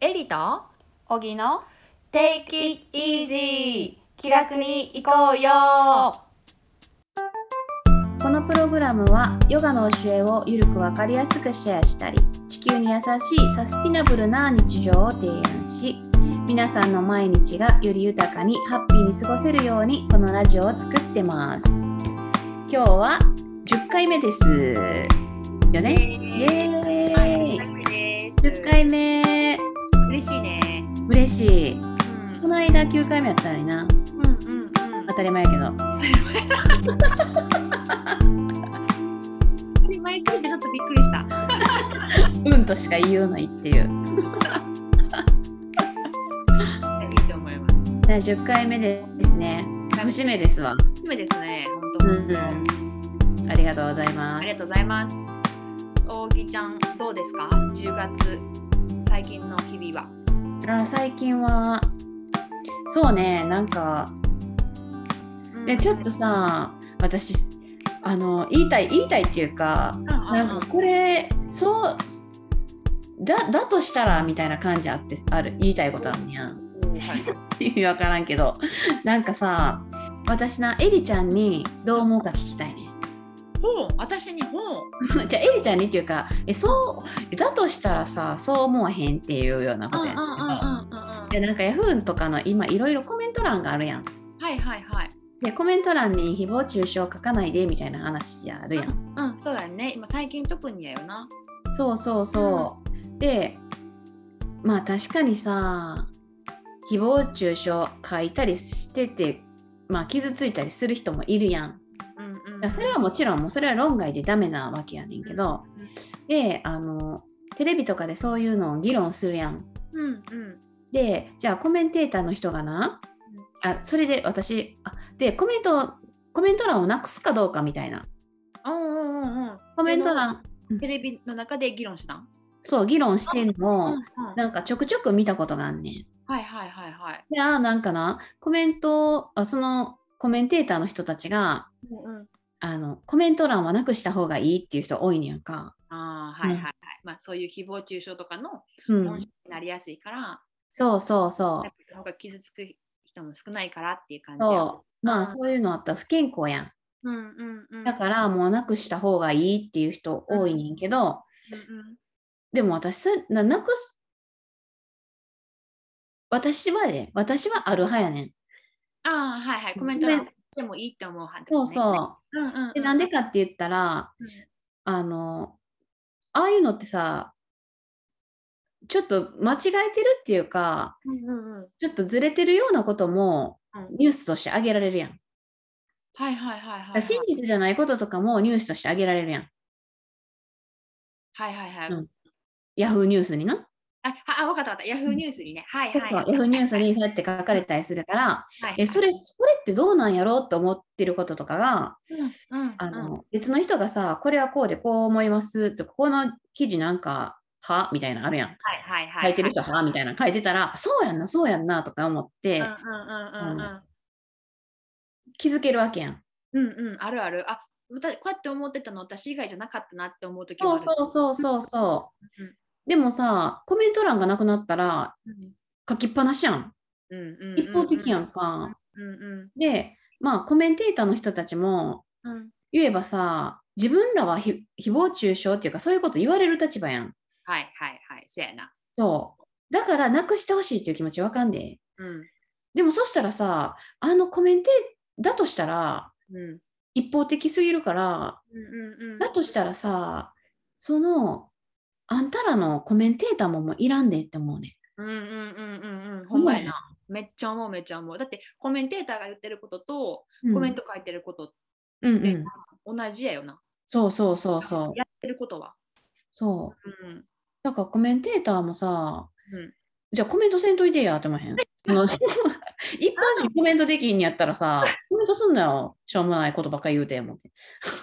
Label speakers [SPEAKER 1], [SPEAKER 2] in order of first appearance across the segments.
[SPEAKER 1] エリと
[SPEAKER 2] 小木の
[SPEAKER 1] Take it
[SPEAKER 2] 気楽に行こうよ
[SPEAKER 3] このプログラムはヨガの教えをゆるくわかりやすくシェアしたり地球に優しいサスティナブルな日常を提案し皆さんの毎日がより豊かにハッピーに過ごせるようにこのラジオを作ってます今日は10回目ですよねイエーイ、10回目
[SPEAKER 2] 嬉しいね
[SPEAKER 3] 嬉しいこ
[SPEAKER 2] うん
[SPEAKER 3] の間9回目やったらいいな
[SPEAKER 2] うんうん
[SPEAKER 3] 当たり前やけど
[SPEAKER 2] 当たり前すぎてちょっとびっくりした
[SPEAKER 3] うんとしか言いようないっていう
[SPEAKER 2] いいと思います
[SPEAKER 3] 第10回目ですね節目ですわ
[SPEAKER 2] 初めですね
[SPEAKER 3] う
[SPEAKER 2] 本
[SPEAKER 3] んうん、ありがとうござい
[SPEAKER 2] 当
[SPEAKER 3] ま
[SPEAKER 2] あ
[SPEAKER 3] す。
[SPEAKER 2] りがとうございます大木ちゃんどうですか10月最近の日々は
[SPEAKER 3] あ最近はそうねなんかいやちょっとさ私あの言いたい言いたいっていうかなんかこれそうだだとしたらみたいな感じあってある言いたいことあるんやん意味わからんけどなんかさ私なエリちゃんにどう思うか聞きたいね ん。
[SPEAKER 2] ほう私にほう
[SPEAKER 3] じゃあエリちゃんにっていうかえそうだとしたらさそう思わへんっていうようなことやねんけど
[SPEAKER 2] はい
[SPEAKER 3] やなんかヤフーとかの今いろいろコメント欄があるやん。
[SPEAKER 2] はいはい
[SPEAKER 3] でコメント欄に誹謗中傷書かないでみたいな話あるやん。
[SPEAKER 2] うんそうだよね今最近特にやよな
[SPEAKER 3] そうそうそう。でまあ確かにさ誹謗中傷書いたりしてて、まあ、傷ついたりする人もいるやん。
[SPEAKER 2] うんうん
[SPEAKER 3] それはもちろんもうそれは論外でダメなわけやねんけどであのテレビとかでそういうのを議論するやん。
[SPEAKER 2] うんうん
[SPEAKER 3] でじゃあコメンテーターの人がなあそれで私あでコメントをコメント欄をなくすかどうかみたいな
[SPEAKER 2] うんうんうんうん
[SPEAKER 3] コメント欄
[SPEAKER 2] テレビの中で議論したん
[SPEAKER 3] そう議論してん
[SPEAKER 2] う
[SPEAKER 3] のを
[SPEAKER 2] んうん
[SPEAKER 3] なんかちょくちょく見たことがあんねん。
[SPEAKER 2] はいはいはいはい。
[SPEAKER 3] であーなんかなコメントあそのコメンテーターの人たちが
[SPEAKER 2] うんうん、
[SPEAKER 3] あのコメント欄はなくした方がいいっていう人多いねやんか。
[SPEAKER 2] ああはいは
[SPEAKER 3] う
[SPEAKER 2] い
[SPEAKER 3] ん
[SPEAKER 2] はい。まあそういう誹謗中傷とかの
[SPEAKER 3] う
[SPEAKER 2] 本
[SPEAKER 3] ん
[SPEAKER 2] 質、になりやすいから、
[SPEAKER 3] そうそうそ
[SPEAKER 2] やっぱその方が傷つく人も少ないからっていう感
[SPEAKER 3] う。
[SPEAKER 2] じや。
[SPEAKER 3] そうま
[SPEAKER 2] う
[SPEAKER 3] あ
[SPEAKER 2] ん
[SPEAKER 3] そういうのあったら不健康やん。
[SPEAKER 2] うんうんうん。
[SPEAKER 3] だからもうなくした方がいいっていう人多いねんけど、
[SPEAKER 2] うんうん
[SPEAKER 3] でも私それななくす私はね私はある派やねん。
[SPEAKER 2] ああはいはい。コメント欄でもいいって思う派、ね。。
[SPEAKER 3] そうそう
[SPEAKER 2] うんうん、うん。
[SPEAKER 3] う。でなんでかって言ったら、
[SPEAKER 2] うん
[SPEAKER 3] あのああいうのってさちょっと間違えてるっていうか
[SPEAKER 2] うんうんうん。
[SPEAKER 3] ちょっとずれてるようなことも
[SPEAKER 2] うん
[SPEAKER 3] ニュースとして挙げられるやん。
[SPEAKER 2] はいはいはいはいはい。
[SPEAKER 3] 真実じゃないこととかもニュースとして挙げられるやん。
[SPEAKER 2] はいはいはい。
[SPEAKER 3] うんヤフーニュースにな。
[SPEAKER 2] ああ、わかったわかった。ヤフーニュースにね。はい
[SPEAKER 3] ヤ
[SPEAKER 2] はい
[SPEAKER 3] フ
[SPEAKER 2] はい。
[SPEAKER 3] ーニュースにそうやって書かれたりするから、
[SPEAKER 2] はい。
[SPEAKER 3] えそれ、それってどうなんやろうって思ってることとかが、
[SPEAKER 2] うんうんうん、
[SPEAKER 3] あの、別の人がさ、これはこうでこう思いますとか、この記事なんか、はみたいなのあるやん。
[SPEAKER 2] はいはいは
[SPEAKER 3] 書
[SPEAKER 2] い。
[SPEAKER 3] いてる人は、みたいな書いてたら、そうやんな、そうやんなとか思って、
[SPEAKER 2] うんうんうんうんうん。
[SPEAKER 3] 気づけるわけやん。
[SPEAKER 2] うんうん、あるある。あ、またこうやって思ってたの私以外じゃなかったなって思う時もあ
[SPEAKER 3] そう
[SPEAKER 2] る。
[SPEAKER 3] そうそうそうそう。
[SPEAKER 2] うん
[SPEAKER 3] でもさ、コメント欄がなくなったら、
[SPEAKER 2] うん
[SPEAKER 3] 書きっぱなしやん。
[SPEAKER 2] うんうんうん。
[SPEAKER 3] 一方的やんか。
[SPEAKER 2] うんうん
[SPEAKER 3] で、まあ、コメンテーターの人たちも、
[SPEAKER 2] うん。
[SPEAKER 3] 言えばさ、自分らはひ誹謗中傷っていうか、そういうこと言われる立場やん。
[SPEAKER 2] はいはいはい。せやな。
[SPEAKER 3] そう。だから、なくしてほしいっていう気持ちわかんで、
[SPEAKER 2] うん
[SPEAKER 3] でもそしたらさあのコメンテだとしたら
[SPEAKER 2] うん
[SPEAKER 3] 一方的すぎるから
[SPEAKER 2] うんうんうん。
[SPEAKER 3] だとしたらさそのあんたらのコメンテーターももういらんでって思うね
[SPEAKER 2] うんうんうんうんうん。ほんまやな。めっちゃ思うめっちゃ思う。だってコメンテーターが言ってることと
[SPEAKER 3] ん。
[SPEAKER 2] コメン
[SPEAKER 3] ト、
[SPEAKER 2] ト書いてること
[SPEAKER 3] うんう
[SPEAKER 2] で
[SPEAKER 3] ん、
[SPEAKER 2] 同じやよな。
[SPEAKER 3] そうそうそうそう
[SPEAKER 2] やってることは。
[SPEAKER 3] そう
[SPEAKER 2] うん
[SPEAKER 3] だからコメンテーターもさ
[SPEAKER 2] うん。
[SPEAKER 3] じゃあコメントせんといてやって思わへん その一般人コメントできんやったらさコメントすんなよしょうもないことばっかり言うて思って
[SPEAKER 2] ほ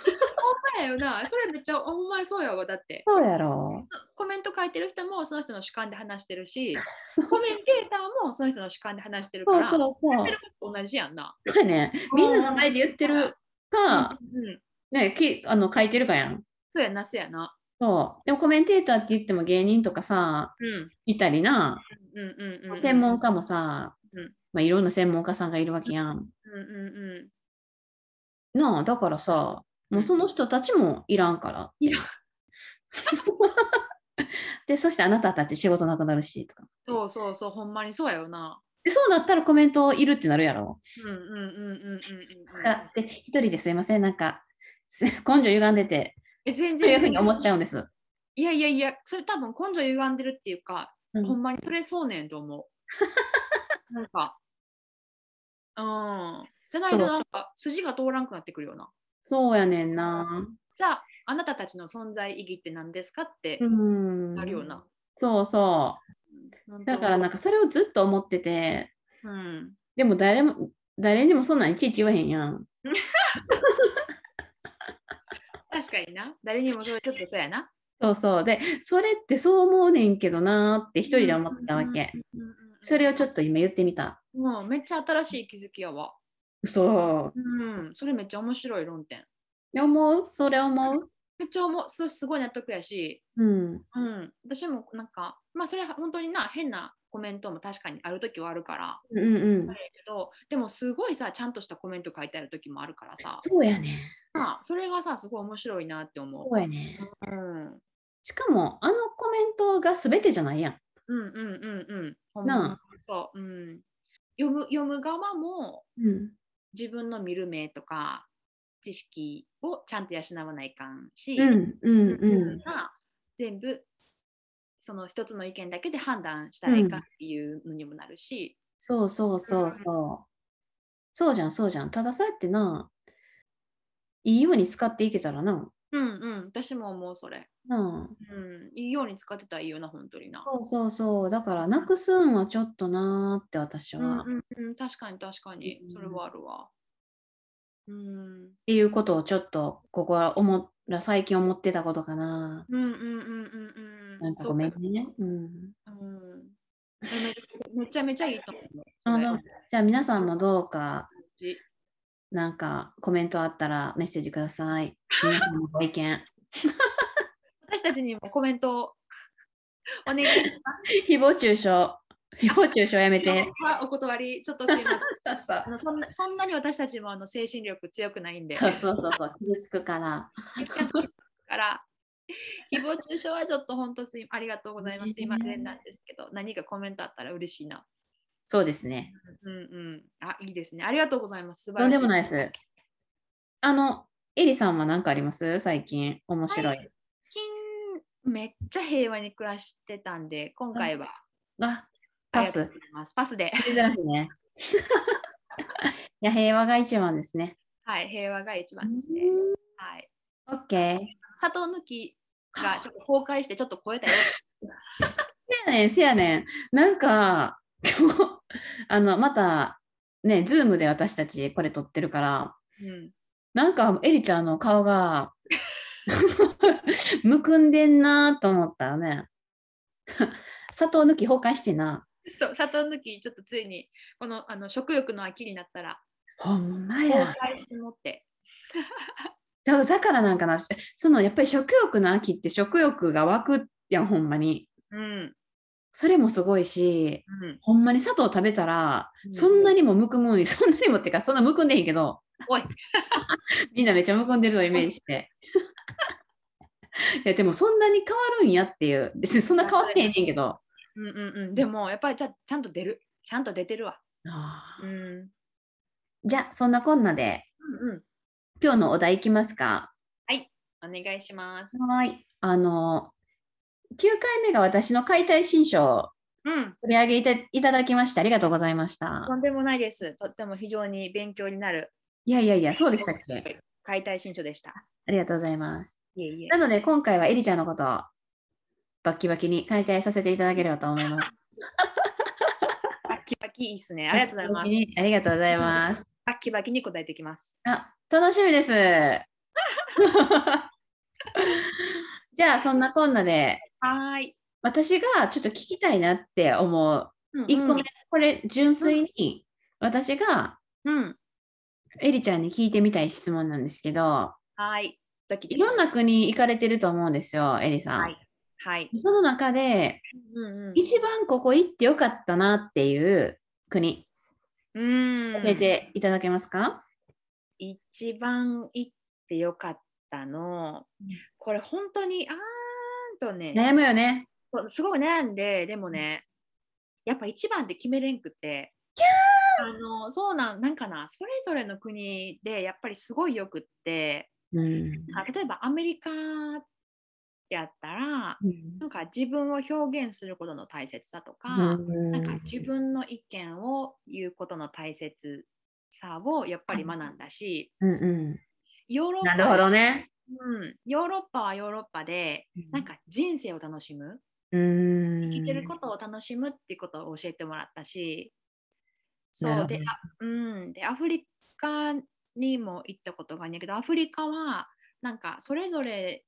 [SPEAKER 2] んまやよな。それめっちゃほんまやそうやわ。だって
[SPEAKER 3] そうやろ
[SPEAKER 2] そコメント書いてる人もその人の主観で話してるし。
[SPEAKER 3] そう
[SPEAKER 2] コメンテーターもその人の主観で話してるか
[SPEAKER 3] そう
[SPEAKER 2] ら、
[SPEAKER 3] そう
[SPEAKER 2] や
[SPEAKER 3] そ
[SPEAKER 2] ってること同じやんな。
[SPEAKER 3] うそうねみんなの前で言ってるか、
[SPEAKER 2] うんうん、
[SPEAKER 3] ね、きあの書いてるかやん。
[SPEAKER 2] そうやな、そうやな。
[SPEAKER 3] そう。でもコメンテーターって言っても芸人とかさ、
[SPEAKER 2] うん。
[SPEAKER 3] いたりな、
[SPEAKER 2] うんうんうんうん。
[SPEAKER 3] 専門家もさ、
[SPEAKER 2] うん
[SPEAKER 3] まあ、いろんな専門家さんがいるわけやん。
[SPEAKER 2] うんうんうん。
[SPEAKER 3] なあだからさもうその人たちもいらんからって
[SPEAKER 2] いらん
[SPEAKER 3] でそしてあなたたち仕事なくなるしとか
[SPEAKER 2] そうそうそう、ほんまにそうやよな。
[SPEAKER 3] でそうなったらコメントいるってなるやろ。
[SPEAKER 2] うんうんうんうんうんうんうん。
[SPEAKER 3] あで一人ですいませんなんかす根性歪んでて
[SPEAKER 2] え全
[SPEAKER 3] そういうふう
[SPEAKER 2] 然
[SPEAKER 3] に思っちゃうんです。
[SPEAKER 2] いやいやいや、それ多分根性歪んでるっていうか、
[SPEAKER 3] うん
[SPEAKER 2] ほんまにそれそうねんと思 う。なんか、うん。じゃないと
[SPEAKER 3] そう
[SPEAKER 2] なんか筋が通らんくなってくるよな。
[SPEAKER 3] そうやねんな。
[SPEAKER 2] じゃあ、あなたたちの存在意義って何ですかって
[SPEAKER 3] うん。
[SPEAKER 2] なるよな。
[SPEAKER 3] そうそ
[SPEAKER 2] 本
[SPEAKER 3] う。
[SPEAKER 2] 当
[SPEAKER 3] だからなんかそれをずっと思ってて
[SPEAKER 2] うん、
[SPEAKER 3] でも誰も誰にもそんなんいちいち言わへんやん。
[SPEAKER 2] 確かにな。誰にもそれちょっとそうやな。
[SPEAKER 3] そうそう。でそれってそう思うねんけどなーって一人で思ってたわけ。それをちょ
[SPEAKER 2] っ
[SPEAKER 3] っと今言ってみた。
[SPEAKER 2] と。もうんめっちゃ新しい気づきやわ。
[SPEAKER 3] そう。
[SPEAKER 2] うん。それめっちゃ面白い論点。
[SPEAKER 3] で思うそれ思う
[SPEAKER 2] めっちゃ思うすすごい納得やし、
[SPEAKER 3] うん。
[SPEAKER 2] うん。私もなんか、まあそれは本当にな、変なコメントも確かにある時はあるから、
[SPEAKER 3] うんうん
[SPEAKER 2] あ。れやけど、でもすごいさ、ちゃんとしたコメント書いてある時もあるからさ、
[SPEAKER 3] そうやねん。
[SPEAKER 2] まあそれがさ、すごい面白いなって思。
[SPEAKER 3] そううやねん。
[SPEAKER 2] うん。うん
[SPEAKER 3] しかも、あのコメントが全てじゃないやん。
[SPEAKER 2] うんうんうん。ほんま
[SPEAKER 3] な
[SPEAKER 2] そう。うん。読む読む側も
[SPEAKER 3] うん。
[SPEAKER 2] 自分の見る目とか知識をちゃんと養わないかんし、
[SPEAKER 3] うんうんう
[SPEAKER 2] が全部その一つの意見だけで判断したらいかんっていうのにもなるし、
[SPEAKER 3] そうそうそうそう。そうじゃん、そうじゃん。ただそうやってな、いいように使っていけたらな。
[SPEAKER 2] うんうん私も思うそれ、
[SPEAKER 3] うん。
[SPEAKER 2] うん、いいように使ってたらいいよな本当にな、
[SPEAKER 3] そうそうそう。だから、なくすんはちょっとなーって私
[SPEAKER 2] うん
[SPEAKER 3] は。
[SPEAKER 2] う
[SPEAKER 3] っ
[SPEAKER 2] んうん、確かに確かに
[SPEAKER 3] うん
[SPEAKER 2] それはあるわうん
[SPEAKER 3] ていうことをちょっと、ここは思っ最近思ってたことかな。
[SPEAKER 2] うんうんうんうんう
[SPEAKER 3] なん
[SPEAKER 2] ん
[SPEAKER 3] かごめん
[SPEAKER 2] そう
[SPEAKER 3] ね。うん。
[SPEAKER 2] かうんめめちゃめちゃいいと思う
[SPEAKER 3] あ
[SPEAKER 2] そ
[SPEAKER 3] の
[SPEAKER 2] れ
[SPEAKER 3] じゃあ皆さんもどうか
[SPEAKER 2] じ
[SPEAKER 3] なんかコメントあったらメッセージください。皆さんのご意見。
[SPEAKER 2] 私たちにもコメントをお願い します
[SPEAKER 3] 誹謗中傷。誹謗中傷やめて。
[SPEAKER 2] はお断り、ちょっとすいません。
[SPEAKER 3] そうそう
[SPEAKER 2] あのそんなそんなに私たちもあの精神力強くないんで、
[SPEAKER 3] そうそうそうそう。傷つくから。
[SPEAKER 2] から 誹謗中傷はちょっと本当すいありがとうございます。すいませんなんですけど、何かコメントあったら嬉しいな。
[SPEAKER 3] そうですね。
[SPEAKER 2] うんうん。あ、いいですね。ありがとうございます。素
[SPEAKER 3] と
[SPEAKER 2] 晴
[SPEAKER 3] ん
[SPEAKER 2] ら
[SPEAKER 3] で
[SPEAKER 2] しい。
[SPEAKER 3] もないです。あの、エリさんは何かあります最近。面白い。
[SPEAKER 2] 最近めっちゃ平和に暮らしてたんで、今回は
[SPEAKER 3] あ、
[SPEAKER 2] あ
[SPEAKER 3] パ
[SPEAKER 2] りが
[SPEAKER 3] ス
[SPEAKER 2] と。うございますパスで、
[SPEAKER 3] 珍しいね。いや、平和が一番ですね。
[SPEAKER 2] はい、平和が一番ですね。はい。
[SPEAKER 3] オッケー。
[SPEAKER 2] 砂糖抜きがちょっと崩壊してちょっと超え たよ。
[SPEAKER 3] せやねん、せやねん。なんか、 今日、あの、また、ね、ズームで私たちこれ撮ってるから、
[SPEAKER 2] うん。
[SPEAKER 3] なんか、エリちゃんの顔が、 むくんでんなと思ったらね、砂糖抜き崩壊してな。
[SPEAKER 2] そう、砂糖抜き、ちょっとついに、このあの食欲の秋になったら、
[SPEAKER 3] ほんま
[SPEAKER 2] 公
[SPEAKER 3] や。
[SPEAKER 2] 開して持って。
[SPEAKER 3] そうだからなんかな、そのやっぱり食欲の秋って食欲が湧くやん、ほんまに。
[SPEAKER 2] うん、
[SPEAKER 3] それもすごいし、
[SPEAKER 2] うん。
[SPEAKER 3] ほんまに砂糖食べたら、
[SPEAKER 2] うん
[SPEAKER 3] そんなにも むくむんよそんなにもってか、そんなむくんでへんけど、
[SPEAKER 2] おい、
[SPEAKER 3] みんなめっちゃむくんでるのをイメージして。 いやでもそんなに変わるんやっていう別にそんな変わってへんねんけど
[SPEAKER 2] うんうんうん。でも、やっぱりちゃちゃんと出る。ちゃんと出てるわ。
[SPEAKER 3] あ
[SPEAKER 2] うん。うん
[SPEAKER 3] ーじゃあそんなこんなで
[SPEAKER 2] うん。
[SPEAKER 3] 今日のお題いきますか
[SPEAKER 2] お願いします。
[SPEAKER 3] はいあの9回目が私の解体新書を
[SPEAKER 2] うん。
[SPEAKER 3] 取り上げいたいただきましてありがとうございました
[SPEAKER 2] とんでもないです。とっても非常に勉強になる
[SPEAKER 3] いやいやいやそうでしたっ
[SPEAKER 2] は
[SPEAKER 3] け
[SPEAKER 2] い解体新書でした。
[SPEAKER 3] ありがとうございます
[SPEAKER 2] いえいえ
[SPEAKER 3] な。ので今回はエリちゃんのことをバッキバキに解体させていただければと思います
[SPEAKER 2] バッキバキいいっす ね。ありがとうございます。
[SPEAKER 3] すありがとうございます
[SPEAKER 2] バッキバキに答えていきます。
[SPEAKER 3] あ、楽しみです。 じゃあそんなこんなで
[SPEAKER 2] はーい。
[SPEAKER 3] 私がちょっと聞きたいなって思う1個目、これ純粋に私が
[SPEAKER 2] うん。うん。
[SPEAKER 3] エリちゃんに聞いてみたい質問なんですけど
[SPEAKER 2] はーい。ドキド
[SPEAKER 3] い
[SPEAKER 2] キ
[SPEAKER 3] ろんな国行かれてると思うんですよエリさん。
[SPEAKER 2] はい。はい。
[SPEAKER 3] その中で
[SPEAKER 2] うんうん
[SPEAKER 3] 一番ここ行ってよかったなっていう国
[SPEAKER 2] うん
[SPEAKER 3] 教えていただけますか、
[SPEAKER 2] 一番行ってよかったのこれ本当にあーんとね
[SPEAKER 3] 悩むよね
[SPEAKER 2] そうすごい悩んででもねやっぱ一番で決めれんくてあのそうなんなんかなそれぞれの国でやっぱりすごいよくって
[SPEAKER 3] うん
[SPEAKER 2] あ例えばアメリカやったらなんか自分を表現することの大切さとか、なんか自分の意見を言うことの大切さをやっぱり学んだし、
[SPEAKER 3] うんうん
[SPEAKER 2] ヨーロッ
[SPEAKER 3] な
[SPEAKER 2] パ
[SPEAKER 3] るほどね。
[SPEAKER 2] うん、ヨーロッパはヨーロッパで、なんか人生を楽しむ、
[SPEAKER 3] うん
[SPEAKER 2] 生きてることを楽しむっていうことを教えてもらったし、
[SPEAKER 3] なる
[SPEAKER 2] そう
[SPEAKER 3] ほど
[SPEAKER 2] で,、あうん、でアフリカにも行ったことがあるんやけどアフリカはなんかそれぞれ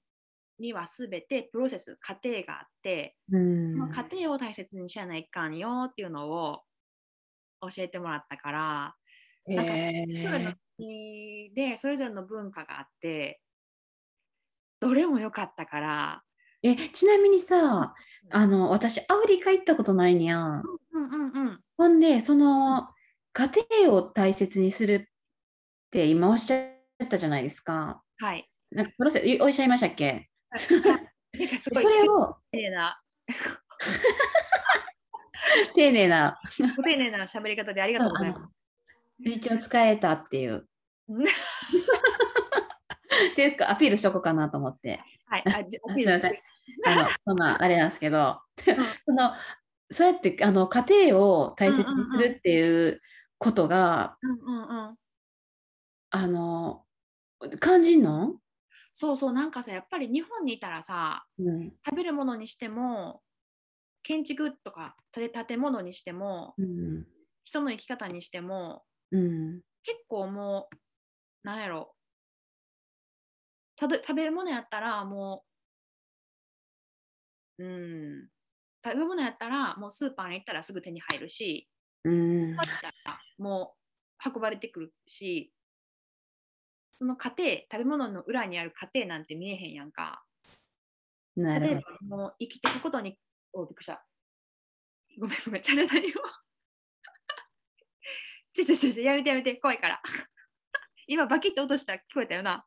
[SPEAKER 2] には全てプロセス過程があって、
[SPEAKER 3] うん
[SPEAKER 2] まあ過程を大切にしないかんよっていうのを教えてもらったからなんか
[SPEAKER 3] へ
[SPEAKER 2] それぞれの
[SPEAKER 3] ー
[SPEAKER 2] 国でそれぞれの文化があってどれも良かったから。
[SPEAKER 3] えちなみにさあの私アフリカ行ったことないにゃん。
[SPEAKER 2] うんうんうん
[SPEAKER 3] ほんでその家庭を大切にするって今おっしゃったじゃないですか。
[SPEAKER 2] はい。
[SPEAKER 3] なんかプロセスおっしゃいましたっけ
[SPEAKER 2] なんかす
[SPEAKER 3] そ
[SPEAKER 2] ごい
[SPEAKER 3] れを
[SPEAKER 2] 丁寧な、
[SPEAKER 3] 丁寧な
[SPEAKER 2] ご丁寧な喋り方でありがとうございます。
[SPEAKER 3] 一応使えたっ ていう。
[SPEAKER 2] うん
[SPEAKER 3] っていうかアピールしとこうかなと思って。
[SPEAKER 2] はい。あ、じゃ
[SPEAKER 3] すいません。あの、そんなあれなんですけど、
[SPEAKER 2] ん
[SPEAKER 3] その、そうやって、あの、家庭を大切にするっていうことが、
[SPEAKER 2] うんうんうん。
[SPEAKER 3] あの、肝心の。
[SPEAKER 2] そうそう、なんかさ、やっぱり日本にいたらさ、
[SPEAKER 3] うん。
[SPEAKER 2] 食べるものにしても、建築とか建て建物にしても、
[SPEAKER 3] うん。
[SPEAKER 2] 人の生き方にしても、
[SPEAKER 3] うん。
[SPEAKER 2] 結構もう、なんやろ。たど食べるものやったら、もう、うん。食べ物やったら、もうスーパーに行ったらすぐ手に入るし、
[SPEAKER 3] うん。
[SPEAKER 2] もう運ばれてくるしその過程食べ物の裏にある過程なんて見えへんやんか
[SPEAKER 3] な
[SPEAKER 2] 例えば
[SPEAKER 3] る
[SPEAKER 2] もう生きていくことにおびっくりしたごめんごめんちゃちゃ何を ちょちょちょちょやめてやめて怖いから 今バキッと落とした聞こえたよな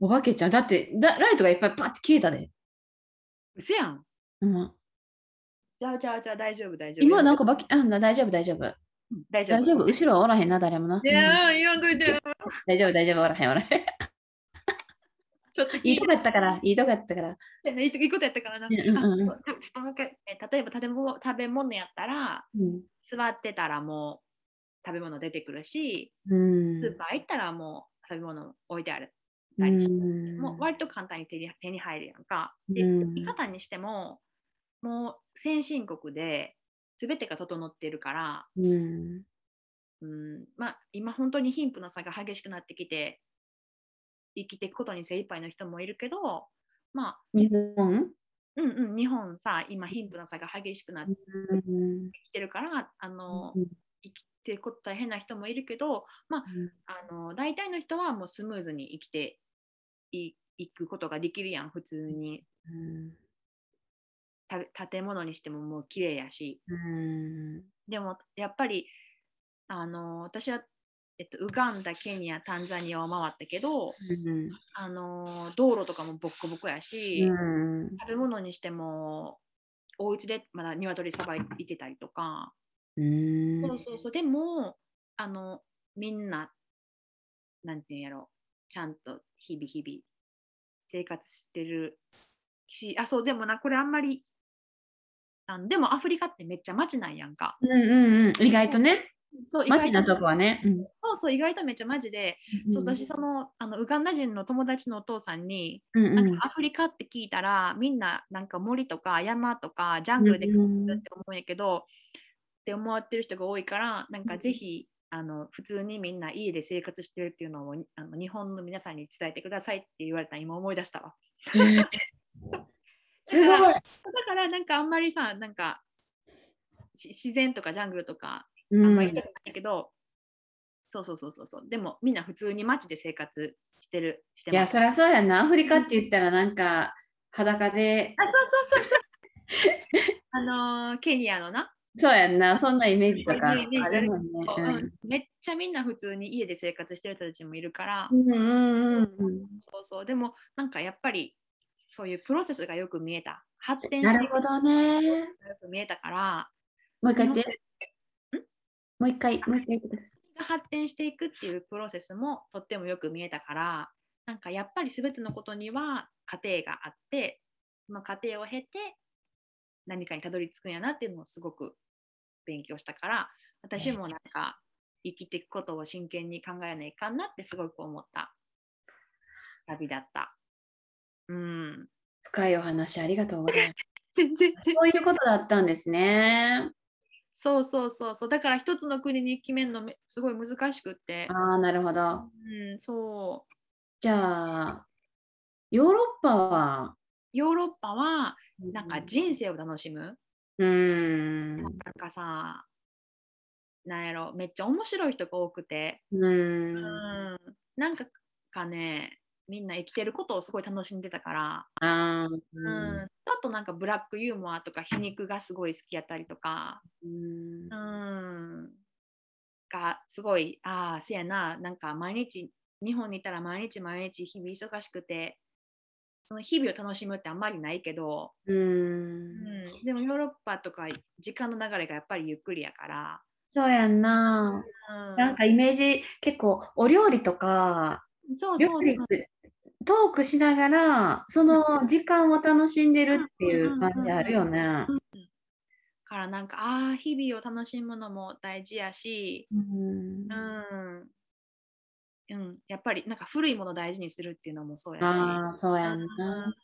[SPEAKER 3] ほど。お化けちゃん、だって、だ、ライトがいっぱいパッて消えたで。
[SPEAKER 2] 嘘やん
[SPEAKER 3] うん。
[SPEAKER 2] じゃあじゃあじゃあ大丈夫大丈夫
[SPEAKER 3] 今なんかバキ、あ、な大丈夫、大丈夫。
[SPEAKER 2] うん大丈
[SPEAKER 3] 大
[SPEAKER 2] 夫
[SPEAKER 3] 丈夫、後ろはおらへんな、誰もな。
[SPEAKER 2] いやー言わんといて
[SPEAKER 3] 大丈夫、大丈夫、おらへん、おらへん。
[SPEAKER 2] ちょっと聞
[SPEAKER 3] い
[SPEAKER 2] い
[SPEAKER 3] い
[SPEAKER 2] て
[SPEAKER 3] とこやったから、いいとこやったから。
[SPEAKER 2] いいといいことやったからな、
[SPEAKER 3] うんうんうん
[SPEAKER 2] あそうもう一回え例えば食べ物食べ物やったら
[SPEAKER 3] うん。
[SPEAKER 2] 座ってたらもう食べ物出てくるし、
[SPEAKER 3] うん
[SPEAKER 2] スーパー行ったらもう食べ物置いてある、
[SPEAKER 3] うん。
[SPEAKER 2] もう割と簡単に手に手に入るやんか。で、
[SPEAKER 3] うん
[SPEAKER 2] 生き方にしてももう先進国で全てが整ってるから、
[SPEAKER 3] うん。
[SPEAKER 2] うんまあ、今本当に貧富の差が激しくなってきて生きていくことに精一杯の人もいるけど、まあ
[SPEAKER 3] 日本
[SPEAKER 2] うんうん、日本さ今貧富の差が激しくなってきてるからあの、生きていくこと大変な人もいるけど、まあ、あの大体の人はもうスムーズに生きていいくことができるやん普通にた建物にしてももう綺麗やしでもやっぱりあの私は、えっと、ウガンダケニアタンザニアを回ったけどあの道路とかもボッコボコやし、食べ物にしてもお家でまだ鶏さばいてたりとか、そうそうそうでもあのみんななんていうんやろちゃんと日々日々生活してるしあそうでもなこれあんまりあのでもアフリカってめっちゃ街なんやんか
[SPEAKER 3] 意外とね、
[SPEAKER 2] そう意
[SPEAKER 3] マジ
[SPEAKER 2] 外
[SPEAKER 3] な
[SPEAKER 2] と
[SPEAKER 3] とこはね。
[SPEAKER 2] そうそう意外とめっちゃマジで、そう私そのあのウガンダ人の友達のお父さんに、なんかアフリカって聞いたらみんななんか森とか山とかジャングルでって思うんやけど、って思ってる人が多いからなんかぜひあの普通にみんな家で生活してるっていうのをあの日本の皆さんに伝えてくださいって言われたら今思い出したわ
[SPEAKER 3] すごい。
[SPEAKER 2] だからなんかあんまりさなんかし自然とかジャングルとか
[SPEAKER 3] う
[SPEAKER 2] あん
[SPEAKER 3] ん
[SPEAKER 2] まり行きたくないけど、そうそうそうそうそうでもみんな普通に街で生活してるして
[SPEAKER 3] いや、
[SPEAKER 2] ます
[SPEAKER 3] そりゃそうやな。アフリカって言ったらなんか、裸で
[SPEAKER 2] あそうそうそうそうあのーケニアのな、
[SPEAKER 3] そうやんなそんなイメージとかあ
[SPEAKER 2] そういうイメージあ
[SPEAKER 3] る
[SPEAKER 2] る
[SPEAKER 3] もんね。
[SPEAKER 2] うんめっちゃみんな普通に家で生活してる人たちもいるから、
[SPEAKER 3] うんうんうんうん
[SPEAKER 2] そうそうでもなんかやっぱりそういうプロセスがよく見えた発展
[SPEAKER 3] なるほどね。
[SPEAKER 2] がよく見えたから
[SPEAKER 3] もう一回言って。もう一回、もう一回言ってください。
[SPEAKER 2] 発展していくっていうプロセスもとってもよく見えたからなんかやっぱり全てのことには過程があってその過程を経て何かにたどり着くんやなっていうのをすごく勉強したから私もなんか生きていくことを真剣に考えないかんなってすごく思った旅だった。うん。
[SPEAKER 3] 深いお話ありがとうございます。
[SPEAKER 2] 全然全然
[SPEAKER 3] そういうことだったんですね。
[SPEAKER 2] そうそうそうそうだから一つの国に決めるのめすごい難しくって。
[SPEAKER 3] ああ、なるほど。
[SPEAKER 2] うん、そう。
[SPEAKER 3] じゃあ、ヨーロッパは。
[SPEAKER 2] ヨーロッパはなんか人生を楽しむ、
[SPEAKER 3] うーん。
[SPEAKER 2] なんかさなんやろめっちゃ面白い人が多くて、
[SPEAKER 3] うー。
[SPEAKER 2] うんん、なんかかねみんな生きてることをすごい楽しんでたから、
[SPEAKER 3] あー
[SPEAKER 2] うんあとなんかブラックユーモアとか皮肉がすごい好きやったりとか、
[SPEAKER 3] うん
[SPEAKER 2] うん、がすごいああせやななんか毎日日本にいたら毎日毎日日々忙しくてその日々を楽しむってあんまりないけど、
[SPEAKER 3] うん。
[SPEAKER 2] うん、でもヨーロッパとか時間の流れがやっぱりゆっくりやから、
[SPEAKER 3] そうやんな。
[SPEAKER 2] う
[SPEAKER 3] なんかイメージ、結構お料理とか、
[SPEAKER 2] そう
[SPEAKER 3] 料
[SPEAKER 2] そうそ
[SPEAKER 3] 理
[SPEAKER 2] う
[SPEAKER 3] トークしながら、その時間を楽しんでるっていう感じあるよね。
[SPEAKER 2] からなんかああ日々を楽しむのも大事やし、
[SPEAKER 3] うん
[SPEAKER 2] うんうん、やっぱりなんか古いもの大事にするっていうのもそうやし
[SPEAKER 3] ああ、そうやんな。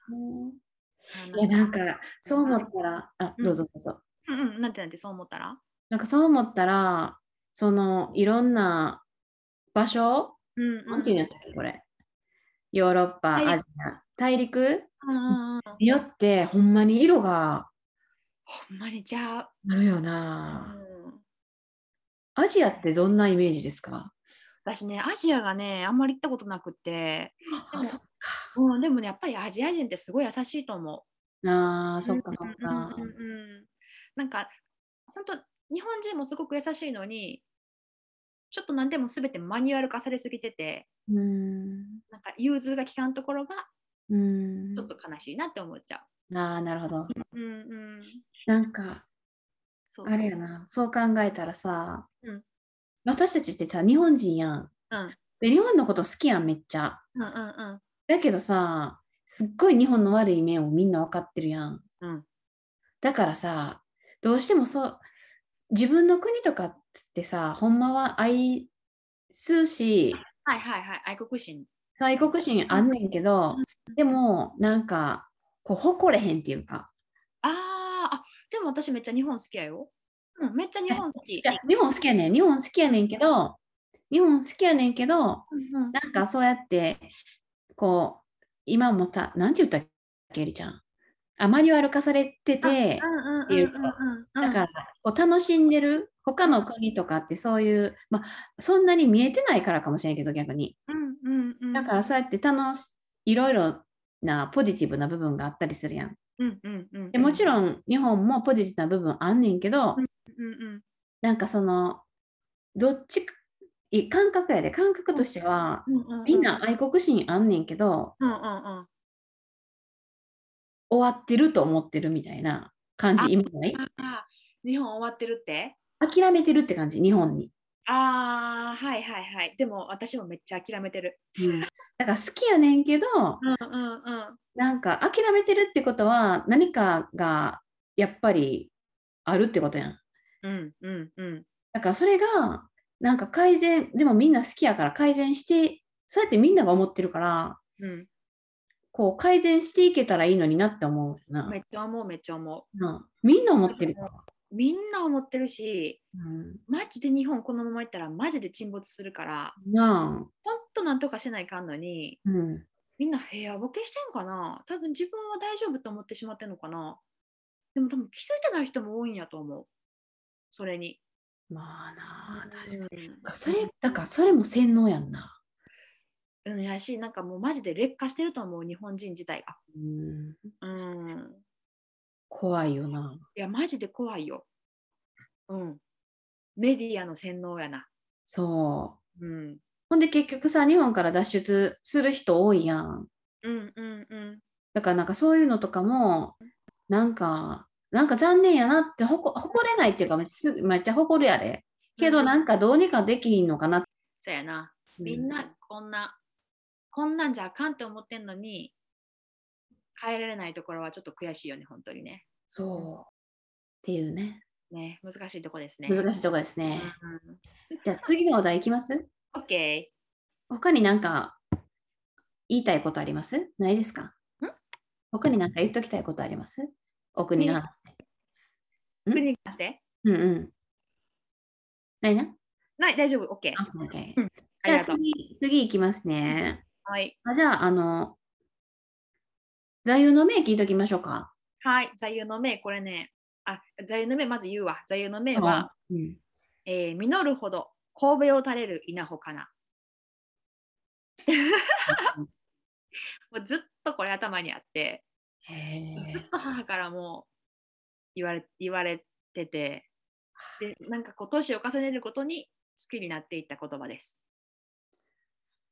[SPEAKER 2] あ
[SPEAKER 3] い
[SPEAKER 2] の
[SPEAKER 3] や、なんか、そう思ったら、あ、どうぞどうぞ。
[SPEAKER 2] うんうん、なんてなんてそう思ったら、
[SPEAKER 3] なんかそう思ったら、その、いろんな場所、
[SPEAKER 2] うんうん、
[SPEAKER 3] なんていうんだっけ、これ。ヨーロッパ、
[SPEAKER 2] 大陸
[SPEAKER 3] アジア、大陸
[SPEAKER 2] うんうんうん、
[SPEAKER 3] によって、ほんまに色が
[SPEAKER 2] ほんまにじゃあ、
[SPEAKER 3] あるよ
[SPEAKER 2] う
[SPEAKER 3] な。
[SPEAKER 2] ん、
[SPEAKER 3] アジアってどんなイメージですか
[SPEAKER 2] 私ねアジアがねあんまり行ったことなくて、
[SPEAKER 3] あ、そっか。
[SPEAKER 2] うん、でもねやっぱりアジア人ってすごい優しいと思う。
[SPEAKER 3] あーそっかそっか
[SPEAKER 2] うん。うんうんうんなんか本当日本人もすごく優しいのにちょっと何でも全てマニュアル化されすぎてて
[SPEAKER 3] うん。
[SPEAKER 2] なんか融通が利かんところが
[SPEAKER 3] うん
[SPEAKER 2] ちょっと悲しいなって思っちゃ
[SPEAKER 3] ああ、なるほど。
[SPEAKER 2] う。うんうん、
[SPEAKER 3] なんか、
[SPEAKER 2] そうそう
[SPEAKER 3] あれやな、そう考えたらさ、
[SPEAKER 2] うん
[SPEAKER 3] 私たちってさ、日本人やん。
[SPEAKER 2] うん
[SPEAKER 3] で、日本のこと好きやん、めっちゃ。
[SPEAKER 2] うんうん
[SPEAKER 3] だけどさ、すっごい日本の悪い面をみんな分かってるやん。
[SPEAKER 2] うんうん
[SPEAKER 3] だからさ、どうしてもそう、自分の国とかってさ、ほんまは愛すし、
[SPEAKER 2] はいはいはい愛国心。
[SPEAKER 3] 愛国心あんねんけど、でも、なんか、こう、誇れへんっていうか。
[SPEAKER 2] あーあでも私めっちゃ日本好きやよ。うん、めっちゃ日本好き
[SPEAKER 3] い。や、日本好きやねん。日本好きやねんけど、日本好きやねんけど、
[SPEAKER 2] うんうん
[SPEAKER 3] なんかそうやってこう今もさなんて言ったっけエリちゃんあマニュアル化されてて
[SPEAKER 2] うんうん
[SPEAKER 3] っていうかだからこう楽しんでる他の国とかってそういうまあそんなに見えてないからかもしれないけど逆に
[SPEAKER 2] うんうんうん
[SPEAKER 3] だからそうやって楽しいろいろなポジティブな部分があったりするやん
[SPEAKER 2] うんうんうん
[SPEAKER 3] でもちろん日本もポジティブな部分あんねんけど
[SPEAKER 2] うんうん
[SPEAKER 3] なんかそのどっちかい感覚やで感覚としては
[SPEAKER 2] うんうう
[SPEAKER 3] みんな愛国心あんねんけど
[SPEAKER 2] うんうんうん
[SPEAKER 3] 終わってると思ってるみたいな感
[SPEAKER 2] あ
[SPEAKER 3] じ、今ない
[SPEAKER 2] あー日本終わってるって
[SPEAKER 3] 諦めてるって感じ、日本に。
[SPEAKER 2] ああはいはいはいでも私もめっちゃ諦めてる
[SPEAKER 3] だから好きやねんけど、
[SPEAKER 2] うんうんうん
[SPEAKER 3] なんか諦めてるってことは、何かがやっぱりあるってことやん。
[SPEAKER 2] うんうんうん
[SPEAKER 3] だからそれが、なんか改善、でもみんな好きやから改善して、そうやってみんなが思ってるから、
[SPEAKER 2] うん
[SPEAKER 3] こう改善していけたらいいのになって思うよな。
[SPEAKER 2] めっちゃ思うめっちゃ思
[SPEAKER 3] なみんな思ってるから。
[SPEAKER 2] うみんな思ってるし
[SPEAKER 3] うん、
[SPEAKER 2] マジで日本このままいったらマジで沈没するから
[SPEAKER 3] なあ。
[SPEAKER 2] ほんとなんとかせないかんのに
[SPEAKER 3] うん
[SPEAKER 2] みんな部屋ボケしてんかな多分自分は大丈夫と思ってしまってんのかなでも多分気づいてない人も多いんやと思うそれに
[SPEAKER 3] まあなあ、確かに。
[SPEAKER 2] うん
[SPEAKER 3] それ、だからそれも洗脳やんな。
[SPEAKER 2] うんやしなんかもうマジで劣化してると思う日本人自体が
[SPEAKER 3] うん、
[SPEAKER 2] うん
[SPEAKER 3] 怖いよな。
[SPEAKER 2] いやマジで怖いようんメディアの洗脳やな
[SPEAKER 3] そう。
[SPEAKER 2] うん
[SPEAKER 3] ほんで結局さ、日本から脱出する人多いやん。
[SPEAKER 2] うんうんうん
[SPEAKER 3] だからなんかそういうのとかも、なんか、なんか残念やなって誇、誇れないっていうか、めっちゃめっちゃ誇るやで。けどなんかどうにかできひんのかな。
[SPEAKER 2] そうやなみんなこんな、こんなんじゃあかんって思ってんのに変えられないところはちょっと悔しいよね本当にね
[SPEAKER 3] そう。っていうね。
[SPEAKER 2] ね難しいとこですね
[SPEAKER 3] 難しいとこですね。じゃあ次のお題いきます
[SPEAKER 2] オッケ
[SPEAKER 3] 他になんか言いたいことありますないですか他になんか言っときたいことありますお国の話。
[SPEAKER 2] ー国に関して
[SPEAKER 3] うんうん。ないな
[SPEAKER 2] ない大丈夫オッケー
[SPEAKER 3] あ ?OK。
[SPEAKER 2] うんあ
[SPEAKER 3] じ
[SPEAKER 2] り
[SPEAKER 3] ゃあ
[SPEAKER 2] がとう
[SPEAKER 3] 次、次いきますね。
[SPEAKER 2] はい
[SPEAKER 3] あじゃあ、あの、座右の銘聞いときましょうか。
[SPEAKER 2] はい座右の銘これねあ座右の銘まず言うわ座右の銘は、
[SPEAKER 3] うん、
[SPEAKER 2] えー実るほど神戸を垂れる稲穂かなもうずっとこれ頭にあって
[SPEAKER 3] へ
[SPEAKER 2] ずっと母からも言われ言われててでなんかこう年を重ねることに好きになっていった言葉です。
[SPEAKER 3] ー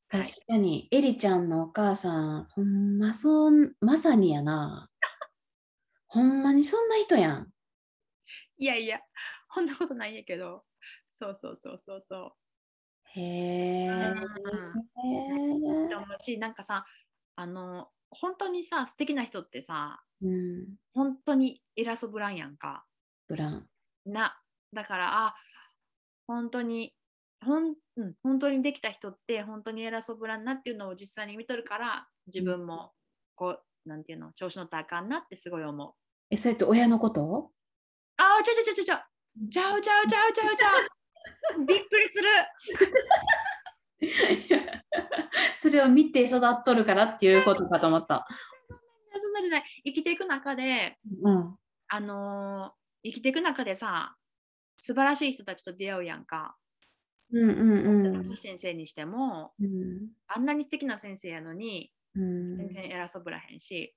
[SPEAKER 3] 確かに、エリちゃんのお母さん、ほんまそん、まさに やな。ほんまにそんな人やん。
[SPEAKER 2] いやいやこんなことないんやけどそうそうそうそうそう。
[SPEAKER 3] へえ。
[SPEAKER 2] って思うしなんかさあの本当にさ素敵な人ってさ
[SPEAKER 3] うん。
[SPEAKER 2] 本当に偉そうぶらんやんか。
[SPEAKER 3] ブラン。
[SPEAKER 2] なだからあ本当にほん、うん、本当にできた人って本当に偉そうぶらんなっていうのを実際に見とるから自分もこうなんていうの調子乗ったらあかんなってすごい思う。
[SPEAKER 3] え、それって親のこと
[SPEAKER 2] あーちゃうちゃうちゃうちゃうちゃうちゃうちゃうちゃうちゃ うびっくりする
[SPEAKER 3] それを見て育っとるからっていうことかと思った。
[SPEAKER 2] そんなじゃない生きていく中で
[SPEAKER 3] うん。
[SPEAKER 2] あのー生きていく中でさ素晴らしい人たちと出会うやんか、
[SPEAKER 3] うんうん
[SPEAKER 2] トシ先生にしても
[SPEAKER 3] うん。
[SPEAKER 2] あんなに素敵な先生やのに
[SPEAKER 3] うん。
[SPEAKER 2] 全然偉そうぶらへんし、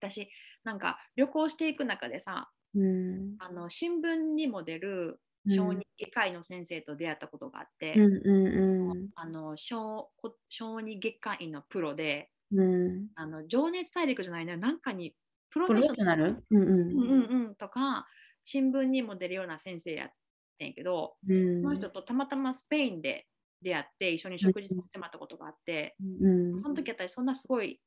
[SPEAKER 2] 私なんか旅行していく中でさ
[SPEAKER 3] うん。
[SPEAKER 2] あの新聞にも出る小児外科医の先生と出会ったことがあって、
[SPEAKER 3] うんうん
[SPEAKER 2] あの小こ小児外科医のプロで
[SPEAKER 3] うん。うん。
[SPEAKER 2] あの情熱大陸じゃないななんかにプロフ
[SPEAKER 3] プ
[SPEAKER 2] ェッ
[SPEAKER 3] ロフ
[SPEAKER 2] シ
[SPEAKER 3] ェッシ
[SPEAKER 2] ョ
[SPEAKER 3] ョ
[SPEAKER 2] ナ
[SPEAKER 3] ナ
[SPEAKER 2] ル、
[SPEAKER 3] ルうん
[SPEAKER 2] うん
[SPEAKER 3] うん。
[SPEAKER 2] うんうん、とか新聞にも出るような先生やってんけど、
[SPEAKER 3] うん
[SPEAKER 2] その人とたまたまスペインで出会って一緒に食事させてもらったことがあって、
[SPEAKER 3] うん
[SPEAKER 2] その時私そんなすごい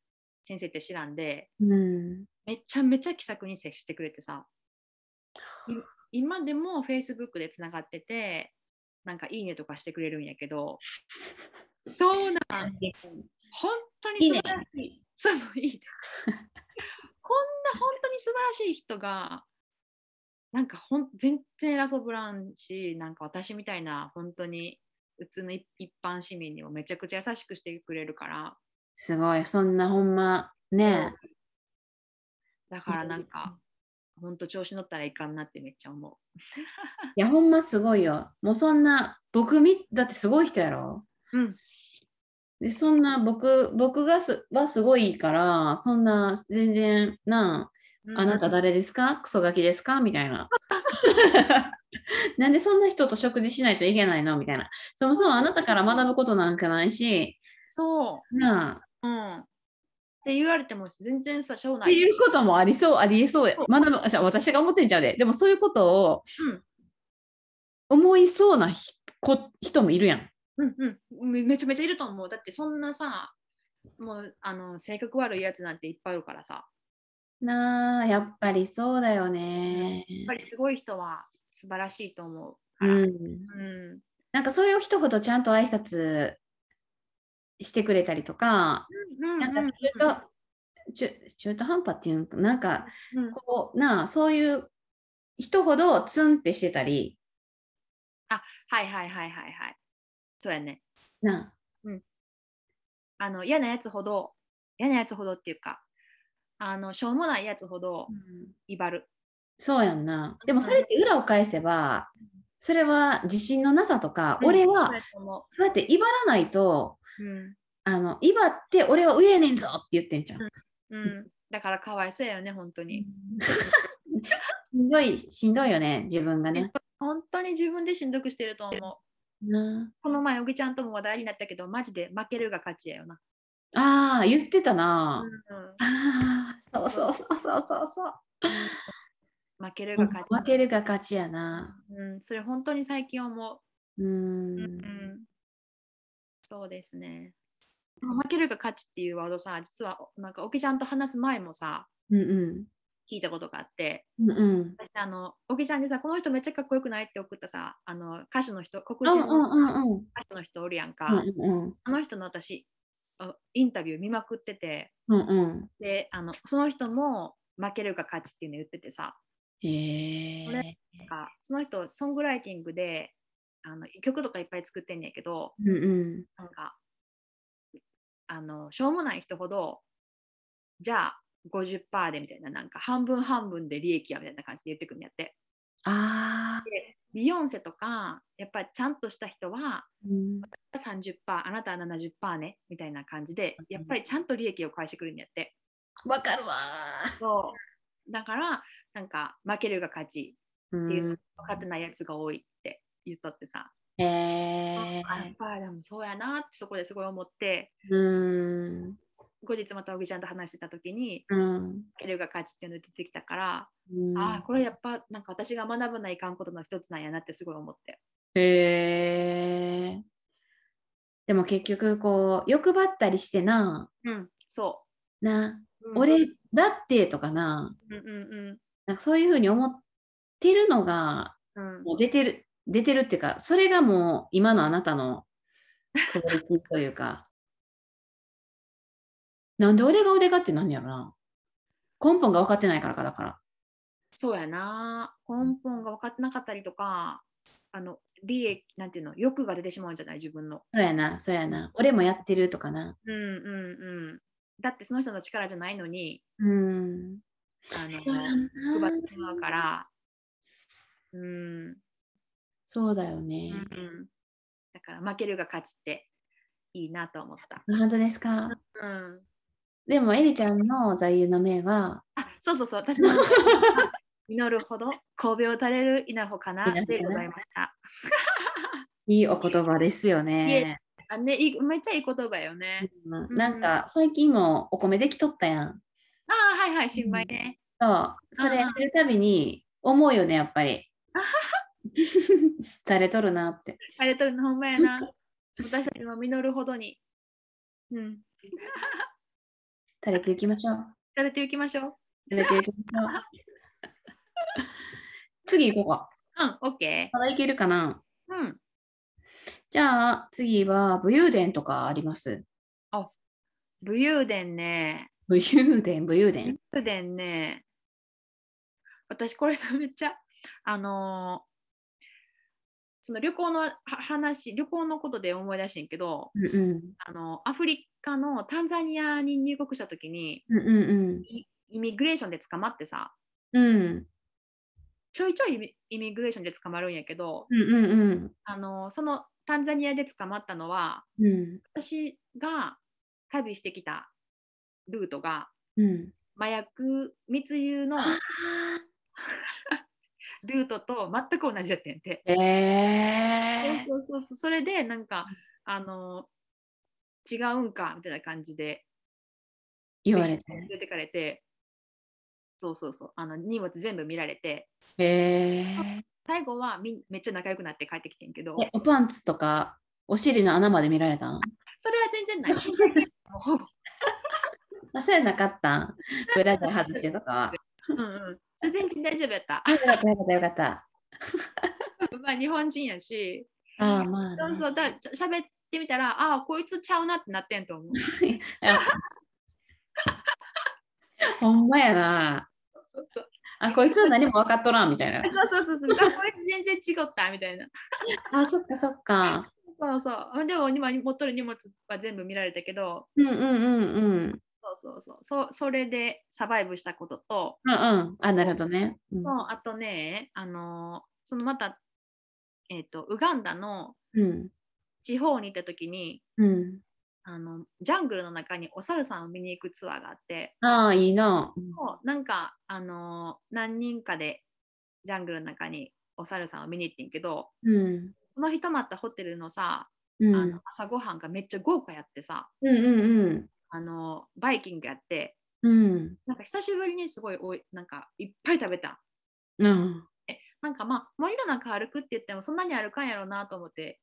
[SPEAKER 2] 先生って知らんで
[SPEAKER 3] うん
[SPEAKER 2] めちゃめちゃ気さくに接してくれてさい今でも Facebook でつながっててなんかいいねとかしてくれるんやけどそうなん本当に素晴らしい。そうそう、いいね。こんな本当に素晴らしい人が、なんかほん全然偉そうぶらんし、なんか私みたいな本当に普通の一一般市民にもめちゃくちゃ優しくしてくれるから、
[SPEAKER 3] すごい、そんなほんま、ねえ
[SPEAKER 2] だからなんか、本当調子乗ったらいかんなってめっちゃ思う。
[SPEAKER 3] いやほんますごいよ。もうそんな、僕み、だってすごい人やろ。
[SPEAKER 2] うん、
[SPEAKER 3] で、そんな僕、僕がすはすごいから、そんな全然なあ、あなた
[SPEAKER 2] だ。
[SPEAKER 3] 誰ですかクソガキですかみたい な。なんでそんな人と食事しないといけないのみたいな。そもそもあなたから学ぶことなんかないし、
[SPEAKER 2] そ
[SPEAKER 3] なあ、
[SPEAKER 2] う。うん。って言われても全然さ、しょう
[SPEAKER 3] っ
[SPEAKER 2] な
[SPEAKER 3] て
[SPEAKER 2] い。
[SPEAKER 3] いうこともありそう、ありえそうや
[SPEAKER 2] そう。
[SPEAKER 3] 学ぶあじゃあ私が思ってんじゃうで。でもそういうことを
[SPEAKER 2] うん
[SPEAKER 3] 思いそうなひこ人もいるやん。
[SPEAKER 2] うんうんめ、めちゃめちゃいると思う。だってそんなさ、もうあの性格悪いやつなんていっぱいいるからさ、
[SPEAKER 3] なあ、やっぱりそうだよね。
[SPEAKER 2] やっぱりすごい人は素晴らしいと思うか
[SPEAKER 3] う
[SPEAKER 2] ら。うん
[SPEAKER 3] ん、なんかそういう人ほどちゃんと挨拶してくれたりとか、
[SPEAKER 2] うん
[SPEAKER 3] なんか中途中中途半端っていうんか、なんか
[SPEAKER 2] うん
[SPEAKER 3] こう、なあ、そういう人ほどツンってしてたり、
[SPEAKER 2] はいはいはいはいはい。そうやね。
[SPEAKER 3] なあ、
[SPEAKER 2] あの嫌なやつほど、嫌なやつほどっていうか、あのしょうもないやつほど威張る。
[SPEAKER 3] そうやんな。でも
[SPEAKER 2] うん
[SPEAKER 3] それって裏を返せば、それは自信のなさとか、
[SPEAKER 2] うん
[SPEAKER 3] 俺は
[SPEAKER 2] そうやと思
[SPEAKER 3] そうやって威張らないと
[SPEAKER 2] ううん
[SPEAKER 3] あの今って俺は上やねんぞって言ってんじゃん。
[SPEAKER 2] うん、だからかわいそうやよね、本当に。
[SPEAKER 3] しんどいしんどいよね自分がね。
[SPEAKER 2] 本当に自分でしんどくしてると思う。
[SPEAKER 3] な
[SPEAKER 2] この前、小木ちゃんとも話題になったけど、マジで負けるが勝ちやよな。
[SPEAKER 3] ああ言ってたな。
[SPEAKER 2] うん
[SPEAKER 3] ああそうそうそうそうそうそう。
[SPEAKER 2] 負けるが勝ち。
[SPEAKER 3] 負けるが勝ちやな。
[SPEAKER 2] うん、それ本当に最近思
[SPEAKER 3] うー
[SPEAKER 2] う。うん
[SPEAKER 3] ん。
[SPEAKER 2] そうですね。負けるが勝ちっていうワードさ、実はなんか、おきちゃんと話す前もさ、
[SPEAKER 3] うんう
[SPEAKER 2] 聞いたことがあって、
[SPEAKER 3] ん。うんうん。
[SPEAKER 2] 私、あの、おきちゃんにさ、この人めっちゃかっこよくないって送ったさ、あの、歌手の人、
[SPEAKER 3] う
[SPEAKER 2] 黒
[SPEAKER 3] ん
[SPEAKER 2] 人
[SPEAKER 3] うんう
[SPEAKER 2] の
[SPEAKER 3] んうん。
[SPEAKER 2] 歌手の人おるやんか、
[SPEAKER 3] うん
[SPEAKER 2] あの人の私、あインタビュー見まくってて、
[SPEAKER 3] うんうん。
[SPEAKER 2] で、あの、その人も負けるが勝ちっていうの言っててさ、
[SPEAKER 3] へえ
[SPEAKER 2] これなんかその人ソングライティングであの曲とかいっぱい作ってんねんけど
[SPEAKER 3] うんうん。
[SPEAKER 2] なんかあのしょうもない人ほどじゃあ50%でみたいななんか半分半分で利益やみたいな感じで言ってくるんやって
[SPEAKER 3] ああ。
[SPEAKER 2] ビヨンセとかやっぱりちゃんとした人は
[SPEAKER 3] うん
[SPEAKER 2] 30%あなたは70%ねみたいな感じでやっぱりちゃんと利益を返してくるんやって
[SPEAKER 3] わかるわ
[SPEAKER 2] そうだからなんか負けるが勝ち
[SPEAKER 3] ー。
[SPEAKER 2] っていううん分かってないやつが多いって言っとってさ、
[SPEAKER 3] へえ
[SPEAKER 2] あやっぱりでもそうやなってそこですごい思って
[SPEAKER 3] うん
[SPEAKER 2] 後日また小木ちゃんと話してた時に
[SPEAKER 3] うん
[SPEAKER 2] 「ケルが勝ち」っていうの出てきたから、
[SPEAKER 3] うん
[SPEAKER 2] ああこれやっぱなんか私が学ばないかんことの一つなんやなってすごい思って。
[SPEAKER 3] へえでも結局こう欲張ったりしてな
[SPEAKER 2] うん、そ
[SPEAKER 3] な、
[SPEAKER 2] う、
[SPEAKER 3] 俺だってとかな
[SPEAKER 2] うんうん
[SPEAKER 3] なんかそういうふうに思ってるのが
[SPEAKER 2] うんうん
[SPEAKER 3] もう出てる出てるっていうかそれがもう今のあなたのクオリティというか なんで俺が俺がってなんやろな根本が分かってないからかだから
[SPEAKER 2] そうやな根本が分かってなかったりとかあの利益なんていうの欲が出てしまうんじゃない自分の。
[SPEAKER 3] そうやな、そうやな。俺もやってるとかな。
[SPEAKER 2] うんうんうん、だってその人の力じゃないのに
[SPEAKER 3] うん。
[SPEAKER 2] あの
[SPEAKER 3] な
[SPEAKER 2] 配ってしまうから。うん
[SPEAKER 3] そうだよね。
[SPEAKER 2] うん、だから負けるが勝ちっていいなと思った。
[SPEAKER 3] 本当ですか。
[SPEAKER 2] うん、
[SPEAKER 3] でも、エリちゃんの座右の銘は、
[SPEAKER 2] あそうそうそう、私の祈るほど神戸を垂れる稲穂かなでございました。
[SPEAKER 3] いいお言葉ですよね。
[SPEAKER 2] あね、いいめっちゃいい言葉よね。
[SPEAKER 3] うんなんか、最近もお米できとったやん。
[SPEAKER 2] ああ、はいはい、新米ね。
[SPEAKER 3] そう。それやるたびに、思うよね、やっぱ り
[SPEAKER 2] あ。
[SPEAKER 3] 垂れとるなって。
[SPEAKER 2] 垂れとるのほんまやな。私たちも実るほどに。うん。
[SPEAKER 3] 垂れていきましょう。
[SPEAKER 2] 垂れていきましょう。
[SPEAKER 3] 垂れていきま しょう。次行こうか。
[SPEAKER 2] うん、オッケ
[SPEAKER 3] まだいけるかな。
[SPEAKER 2] ー。うん。
[SPEAKER 3] じゃあ、次は武勇伝とかあります。
[SPEAKER 2] 武勇伝ね。
[SPEAKER 3] 武勇伝、武勇伝。
[SPEAKER 2] 武勇伝ね。私これさめっちゃあのーその旅行のは話旅行のことで思い出してんけど
[SPEAKER 3] うんうん。
[SPEAKER 2] あのアフリカのタンザニアに入国した時に
[SPEAKER 3] うんうん
[SPEAKER 2] イイミグレーションで捕まってさ
[SPEAKER 3] うん。うん
[SPEAKER 2] ちょいちょいイミイミグレーションで捕まるんやけど
[SPEAKER 3] うんうん
[SPEAKER 2] あのーそのタンザニアで捕まったのは
[SPEAKER 3] うん。うん
[SPEAKER 2] 私が旅してきたルートが
[SPEAKER 3] うん。
[SPEAKER 2] 麻薬密輸のルートと全く同じやってんて。
[SPEAKER 3] ええ
[SPEAKER 2] そうそうそうそれでなんかあの違うんかみたいな感じで
[SPEAKER 3] 言われ
[SPEAKER 2] 飯連
[SPEAKER 3] て。
[SPEAKER 2] れてかれてそうそうそうあの荷物全部見られて
[SPEAKER 3] え
[SPEAKER 2] 最後はみんめっちゃ仲良くなって帰ってきてんけど
[SPEAKER 3] ーえ。おパンツとか、お尻の穴まで見られ たん
[SPEAKER 2] それは全然ないもうほぼ、
[SPEAKER 3] あ、そうやなかったん。ブラジャー外してとかは。
[SPEAKER 2] うんうん、それ全然大丈夫やった
[SPEAKER 3] あ、よかったよかったよかった。
[SPEAKER 2] まあ日本人やし
[SPEAKER 3] ああ、まあね。
[SPEAKER 2] そうそうだしゃべってみたらああこいつちゃうなってなってんと 思う
[SPEAKER 3] あほんまやな。
[SPEAKER 2] そうそう
[SPEAKER 3] あ、こいつは何も分かっとらんみたいな。
[SPEAKER 2] そうそうそうそうあこいつ全然違ったみたいな
[SPEAKER 3] あ、そっかそっか。
[SPEAKER 2] そうそうでも今持っとる荷物は全部見られたけど
[SPEAKER 3] うんうんうんうん。
[SPEAKER 2] そうそうそう。そそれでサバイブしたことと、
[SPEAKER 3] うんうん。あ、なるほどね。うん
[SPEAKER 2] もうあとね、あのーそのまた、えっ、と、ウガンダの
[SPEAKER 3] うん。
[SPEAKER 2] 地方に行った時に、
[SPEAKER 3] うん。
[SPEAKER 2] あのジャングルの中にお猿さんを見に行くツアーがあって
[SPEAKER 3] ああ、いいな。
[SPEAKER 2] もうなんか、あのー何人かでジャングルの中にお猿さんを見に行ってんけど
[SPEAKER 3] うん。
[SPEAKER 2] その日泊まったホテルのさ、
[SPEAKER 3] うん。う
[SPEAKER 2] あ
[SPEAKER 3] ん
[SPEAKER 2] の朝ごはんがめっちゃ豪華やってさ、
[SPEAKER 3] うん
[SPEAKER 2] あのーバイキングやって
[SPEAKER 3] うん。うん。
[SPEAKER 2] なんか久しぶりにすごいおいなんかいっぱい食べた
[SPEAKER 3] うん。
[SPEAKER 2] なんかまあ森の中歩くって言ってもそんなに歩かんやろうなと思って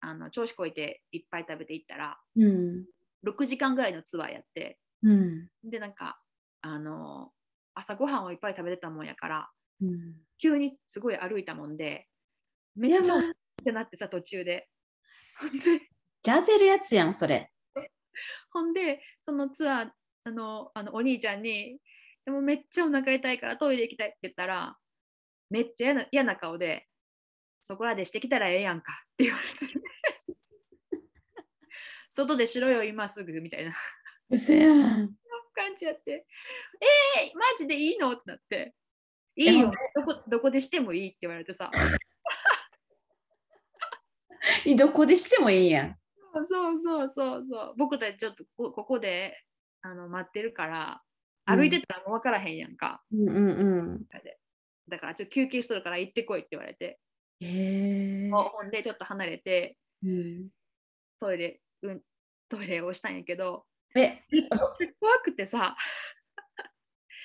[SPEAKER 2] あの調子こいていっぱい食べていったら
[SPEAKER 3] うん。
[SPEAKER 2] 6時間ぐらいのツアーやって
[SPEAKER 3] うん。
[SPEAKER 2] でなんかあの朝ごはんをいっぱい食べてたもんやから
[SPEAKER 3] うん
[SPEAKER 2] 急にすごい歩いたもんでめ
[SPEAKER 3] や
[SPEAKER 2] っ
[SPEAKER 3] ば
[SPEAKER 2] ちゃってなってさ途中で。ほんで
[SPEAKER 3] ジャゼるやつやん、それ。
[SPEAKER 2] ほんでそのツアーあのあのお兄ちゃんに「でもめっちゃお腹痛いからトイレ行きたい」って言ったらめっちゃ嫌な嫌な顔で「そこらでしてきたらええやんか」って言われて外でしろよ今すぐみたいな
[SPEAKER 3] うせやん。
[SPEAKER 2] 感じやって「えー、マジでいいの?」ってなって「いいよどこどこでしてもいい」って言われてさ
[SPEAKER 3] どこでしてもいいやん。
[SPEAKER 2] そうそうそうそうそう僕たちちょっとこここであの待ってるから歩いてたらもう分からへんやんか。
[SPEAKER 3] うんうんうん。
[SPEAKER 2] だからちょっと休憩しとるから行ってこいって言われて、
[SPEAKER 3] へえ。
[SPEAKER 2] ほほんでちょっと離れて
[SPEAKER 3] うん
[SPEAKER 2] トイレ、うん、トイレをしたんやけど
[SPEAKER 3] え、
[SPEAKER 2] 怖くてさ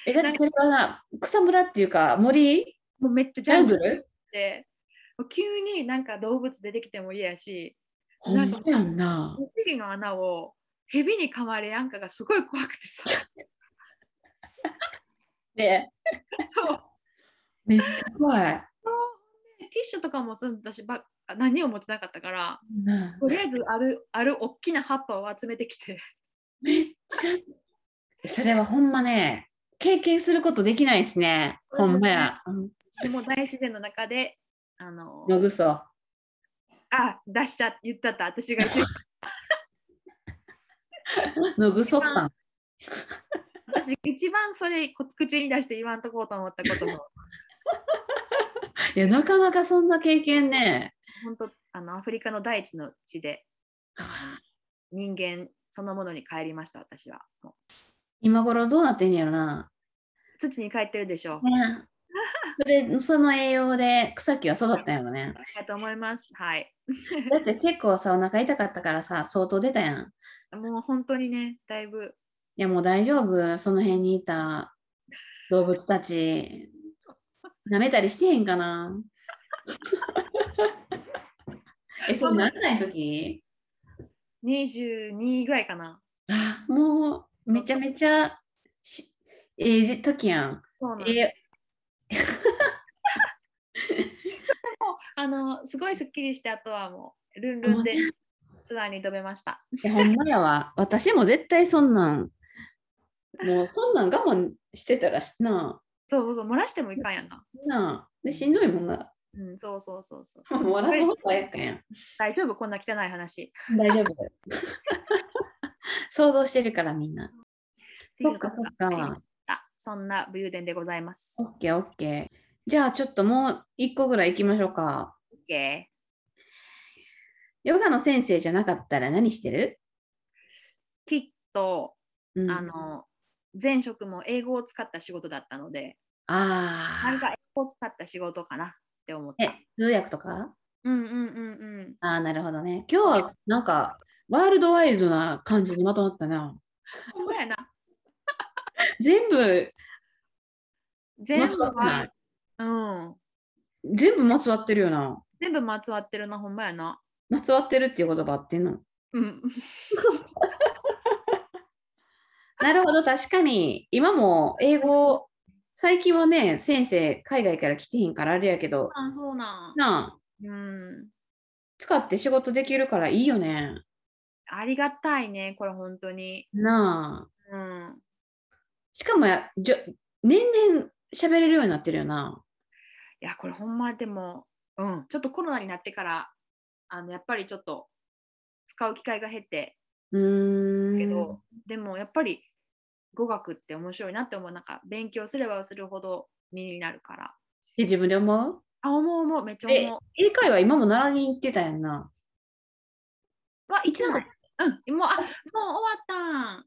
[SPEAKER 3] え、だってそれはな、草むらっていうか、森
[SPEAKER 2] もうめっちゃジ
[SPEAKER 3] ジ
[SPEAKER 2] ャ
[SPEAKER 3] ャ
[SPEAKER 2] ン
[SPEAKER 3] ン
[SPEAKER 2] グル
[SPEAKER 3] グル
[SPEAKER 2] でもう急になんか動物出てきても嫌やし
[SPEAKER 3] ほんまやんな。
[SPEAKER 2] お尻の穴を蛇に噛まれやんかがすごい怖くてさ
[SPEAKER 3] ね
[SPEAKER 2] そう
[SPEAKER 3] めっちゃ怖い。
[SPEAKER 2] ティッシュとかもそうだしば何を持ってなかったから
[SPEAKER 3] な
[SPEAKER 2] とりあえずあるある大きな葉っぱを集めてきて
[SPEAKER 3] めっちゃ。それはほんまね、経験することできないですね。ほんまや。うん
[SPEAKER 2] でもう大自然の中であの
[SPEAKER 3] のぐそ。
[SPEAKER 2] あ出しちゃ言ったった私が一番
[SPEAKER 3] のぐそったん。
[SPEAKER 2] 私一番それこ口に出して言わんとこうと思ったことも
[SPEAKER 3] いや、なかなかそんな経験ね。
[SPEAKER 2] 本当あのアフリカの大地の地で人間そのものに帰りました私はもう
[SPEAKER 3] 今頃どうなってんやろな。
[SPEAKER 2] 土に帰ってるでしょう
[SPEAKER 3] ね、それその栄養で草木は育ったんやろ ね。
[SPEAKER 2] だと思いますはい
[SPEAKER 3] だって結構さ、お腹痛かったからさ、相当出たやん。い
[SPEAKER 2] もう本当にねだいぶ
[SPEAKER 3] や、もう大丈夫。その辺にいた動物たち、舐めたりしてへんかな。 え、それ何歳の時
[SPEAKER 2] 22ぐらいかな
[SPEAKER 3] あもうめちゃめちゃしええじ時やん。
[SPEAKER 2] そうなんです
[SPEAKER 3] え
[SPEAKER 2] あのすごいすっきりしてあとはもうルンルンでツアーに飛べました
[SPEAKER 3] いやほんまやわ。私も絶対そんなん。もうそんなん我慢してたらしな
[SPEAKER 2] そうそう漏らしてもいかんやんな
[SPEAKER 3] あ。なあ。で、しんどいもんな。
[SPEAKER 2] うんそうそうそうそう
[SPEAKER 3] もう笑う方がやかやん。
[SPEAKER 2] 大丈夫こんな汚い話
[SPEAKER 3] 大 丈夫。想像してるからみんな。そっかそっか。
[SPEAKER 2] あそんな武勇伝でございます。
[SPEAKER 3] オッケーオッケー。じゃあちょっともう一個ぐらい行きましょうか。
[SPEAKER 2] OK。
[SPEAKER 3] ヨガの先生じゃなかったら何してる、
[SPEAKER 2] きっと、
[SPEAKER 3] うん、
[SPEAKER 2] あの前職も英語を使った仕事だったので、
[SPEAKER 3] あー
[SPEAKER 2] なんか英語を使った仕事かなって思っ
[SPEAKER 3] え
[SPEAKER 2] た。
[SPEAKER 3] 通訳とか
[SPEAKER 2] うんうんうんうん。
[SPEAKER 3] ああ、なるほどね。今日はなんか、ワールドワイルドな感じにまとまったな。
[SPEAKER 2] ほんまやな。
[SPEAKER 3] 全部、
[SPEAKER 2] 全部
[SPEAKER 3] まとまってな、
[SPEAKER 2] はいうん、
[SPEAKER 3] 全部まつわってるよな。
[SPEAKER 2] 全部まつわってるな、ほんまやな。
[SPEAKER 3] まつわってるっていう言葉あってんの。
[SPEAKER 2] うん。
[SPEAKER 3] なるほど、確かに。今も英語、最近はね、先生、海外から来てへんからあれやけど、
[SPEAKER 2] あ、そうなん。
[SPEAKER 3] なあ、
[SPEAKER 2] うん。
[SPEAKER 3] 使って仕事できるからいいよね。
[SPEAKER 2] ありがたいね、これ本当に。
[SPEAKER 3] なあ。
[SPEAKER 2] うん。
[SPEAKER 3] しかもや、じょ年々喋れるようになってるよな。
[SPEAKER 2] いや、これほんまでも、うん、ちょっとコロナになってから、あのやっぱりちょっと使う機会が減って、
[SPEAKER 3] うーん。
[SPEAKER 2] けど、でもやっぱり語学って面白いなって思うなんか勉強すればするほど身になるから
[SPEAKER 3] え自分で思う
[SPEAKER 2] あ思う思うめっちゃ
[SPEAKER 3] え
[SPEAKER 2] 思う
[SPEAKER 3] 英会話今も習いに行ってたやんな。
[SPEAKER 2] は行って
[SPEAKER 3] なん
[SPEAKER 2] な
[SPEAKER 3] か
[SPEAKER 2] いうん、もう、あ、もう終わったん。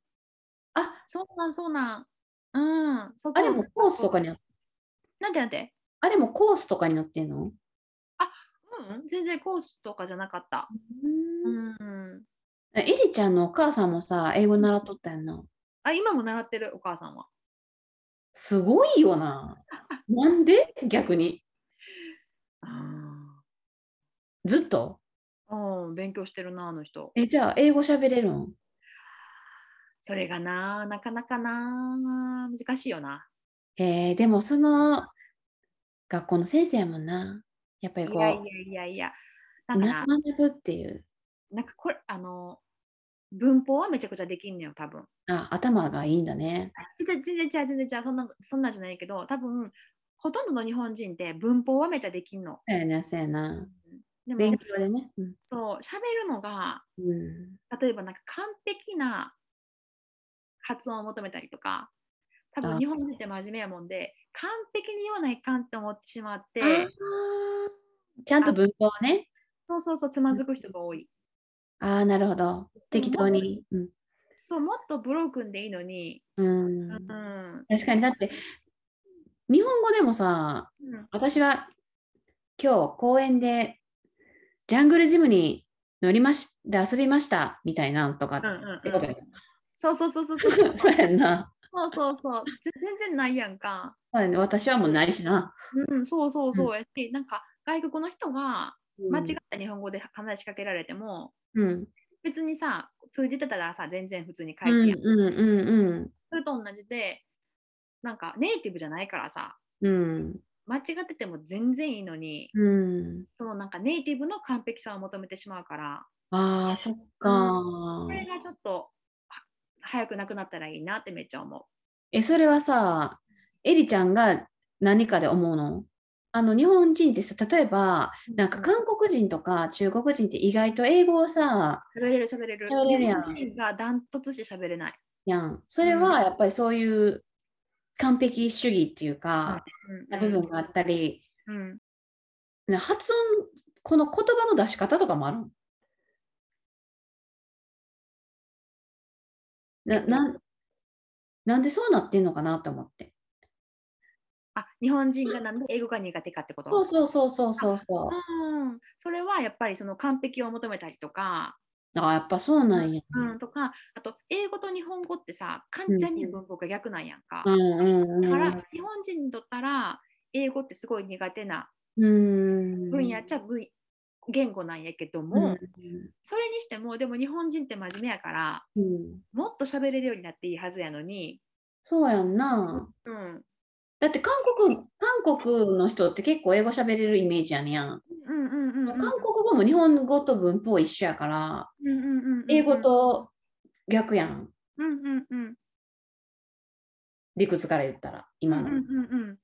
[SPEAKER 2] あ、そうなん、そうなん。うん、そこ
[SPEAKER 3] あれもコースとかに、
[SPEAKER 2] なんてなんて。
[SPEAKER 3] あれもコースとかになってんの
[SPEAKER 2] うん、全然コースとかじゃなかった。うん。
[SPEAKER 3] えエリちゃんのお母さんもさ、英語習っとったやんな。
[SPEAKER 2] あ、今も習ってる、お母さんは。
[SPEAKER 3] すごいよな。なんで逆に。
[SPEAKER 2] あ
[SPEAKER 3] ずっと
[SPEAKER 2] あ。うん、勉強してるな、あの人。
[SPEAKER 3] え、じゃあ、英語喋れるん
[SPEAKER 2] それがな、なかなかな、難しいよな。
[SPEAKER 3] えーでもその学校の先生やもんな。やっぱり
[SPEAKER 2] い
[SPEAKER 3] こ、
[SPEAKER 2] やいうやいやいや。なんかな
[SPEAKER 3] な学ぶっていう、
[SPEAKER 2] なんかこれ、あの、文法はめちゃくちゃできんねよ、多分。
[SPEAKER 3] あ、頭がいいんだね。
[SPEAKER 2] じゃ全然違う、全然違う、そんな、そんなんじゃないけど、多分、ほとんどの日本人って文法はめちゃできんの。
[SPEAKER 3] そうやな、そうやな。
[SPEAKER 2] でも、
[SPEAKER 3] 勉強でね。うん
[SPEAKER 2] そう、喋るのが、
[SPEAKER 3] うん
[SPEAKER 2] 例えばなんか完璧な発音を求めたりとか、多
[SPEAKER 3] あ
[SPEAKER 2] 分日本人って真面目やもんで、完璧に言わないかんって思ってしまっ
[SPEAKER 3] あー
[SPEAKER 2] て、
[SPEAKER 3] ちゃんと文法をね。
[SPEAKER 2] そうそうそう、つまずく人が多い。
[SPEAKER 3] ああ、なるほど。適当に。うん
[SPEAKER 2] そう、もっとブロークンでいいのに、
[SPEAKER 3] うん
[SPEAKER 2] うん、うん、
[SPEAKER 3] 確かに、だって、日本語でもさ、私は今日公園でジャングルジムに乗りました、遊びましたみたいなんとか
[SPEAKER 2] うんうんうん
[SPEAKER 3] ってことやん
[SPEAKER 2] そうそうそうそうそう。
[SPEAKER 3] そうやんな。
[SPEAKER 2] そうそうそう。ぜ全然ないやんか。
[SPEAKER 3] そうやんな私はもうないしな。
[SPEAKER 2] うん、そうそうそうやし、なんか外国の人が間違
[SPEAKER 3] う
[SPEAKER 2] った日本語で話しかけられても、
[SPEAKER 3] ん。うん。
[SPEAKER 2] 別にさ、通じてたらさ、全然普通に
[SPEAKER 3] う
[SPEAKER 2] 返すやん。
[SPEAKER 3] んうん
[SPEAKER 2] それと同じで、なんかネイティブじゃないからさ、
[SPEAKER 3] うんうん。
[SPEAKER 2] 間違ってても全然いいのに、
[SPEAKER 3] うん。
[SPEAKER 2] そのなんかネイティブの完璧さを求めてしまうから、
[SPEAKER 3] ああ、そっか。
[SPEAKER 2] これがちょっとは早くなくなったらいいなってめっちゃ思う。
[SPEAKER 3] え、それはさ、エリちゃんが何かで思うのあの日本人ってさ、例えば、なんか韓国人とか中国人って意外と英語をさ、
[SPEAKER 2] 喋れる喋れる。
[SPEAKER 3] 喋れるやん
[SPEAKER 2] 日本人がダントツして喋れない。
[SPEAKER 3] やん。それはやっぱりそういう完璧主義っていうか、
[SPEAKER 2] うん
[SPEAKER 3] な部分があったり、
[SPEAKER 2] うん
[SPEAKER 3] な発音、この言葉の出し方とかもあるんななんなんでそうなってんのかなと思って。
[SPEAKER 2] あ日本人がなんで英語が苦手かってこと
[SPEAKER 3] そうそうそうそうそうそう。
[SPEAKER 2] うん、それはやっぱりその完璧を求めたりとか、
[SPEAKER 3] あやっぱそうなんや。
[SPEAKER 2] うん、とかあと英語と日本語ってさ完全に文法が逆なんやんか、
[SPEAKER 3] うんうん
[SPEAKER 2] だ
[SPEAKER 3] う
[SPEAKER 2] から
[SPEAKER 3] ん。
[SPEAKER 2] 日本人にとったら英語ってすごい苦手な
[SPEAKER 3] うん
[SPEAKER 2] 分野っちゃ分言語なんやけど
[SPEAKER 3] う
[SPEAKER 2] も、
[SPEAKER 3] ん
[SPEAKER 2] それにしてもでも日本人って真面目やから
[SPEAKER 3] うん
[SPEAKER 2] もっと喋れるようになっていいはずやのに、
[SPEAKER 3] そうやんな。
[SPEAKER 2] うん、
[SPEAKER 3] だって韓国韓国の人って結構英語喋れるイメージやねやん。
[SPEAKER 2] うんうんうんうん
[SPEAKER 3] 韓国語も日本語と文法一緒やから
[SPEAKER 2] うんうんうんうん
[SPEAKER 3] 英語と逆やん。
[SPEAKER 2] うんうんうん
[SPEAKER 3] 理屈から言ったら
[SPEAKER 2] うんう
[SPEAKER 3] 今
[SPEAKER 2] ん
[SPEAKER 3] の。
[SPEAKER 2] うんうん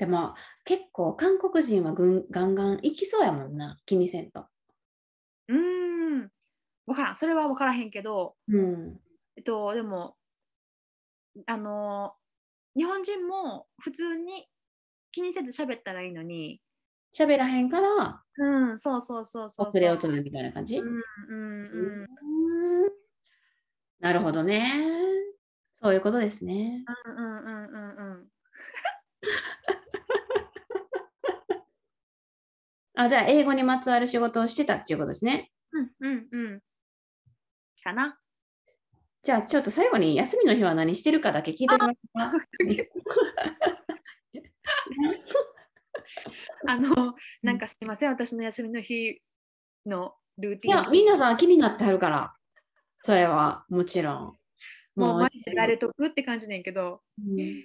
[SPEAKER 3] でも結構韓国人はぐんガンガン行きそうやもんな気にせんと。
[SPEAKER 2] うーん。わからん。それはわからへんけど、
[SPEAKER 3] うん。
[SPEAKER 2] えっと、でも、あのー、日本人も普通に気にせず喋ったらいいのに、
[SPEAKER 3] 喋らへんから
[SPEAKER 2] うん、そうそうそうそうそう。
[SPEAKER 3] 遅れを取るみたいな感じ、
[SPEAKER 2] うんうんうん。
[SPEAKER 3] うんなるほどね。そういうことですね。
[SPEAKER 2] うんうんうんうんうん。
[SPEAKER 3] あじゃあ、英語にまつわる仕事をしてたっていうことですね。
[SPEAKER 2] うんうんうん。かな。
[SPEAKER 3] じゃあ、ちょっと最後に休みの日は何してるかだけ聞いておきますか。
[SPEAKER 2] あの、なんかすいません、私の休みの日のルー
[SPEAKER 3] い
[SPEAKER 2] ティン
[SPEAKER 3] や、。みんなさん気になってはるから、それはもちろん。
[SPEAKER 2] もう毎
[SPEAKER 3] う
[SPEAKER 2] 日やれとくって感じねんけど、
[SPEAKER 3] うん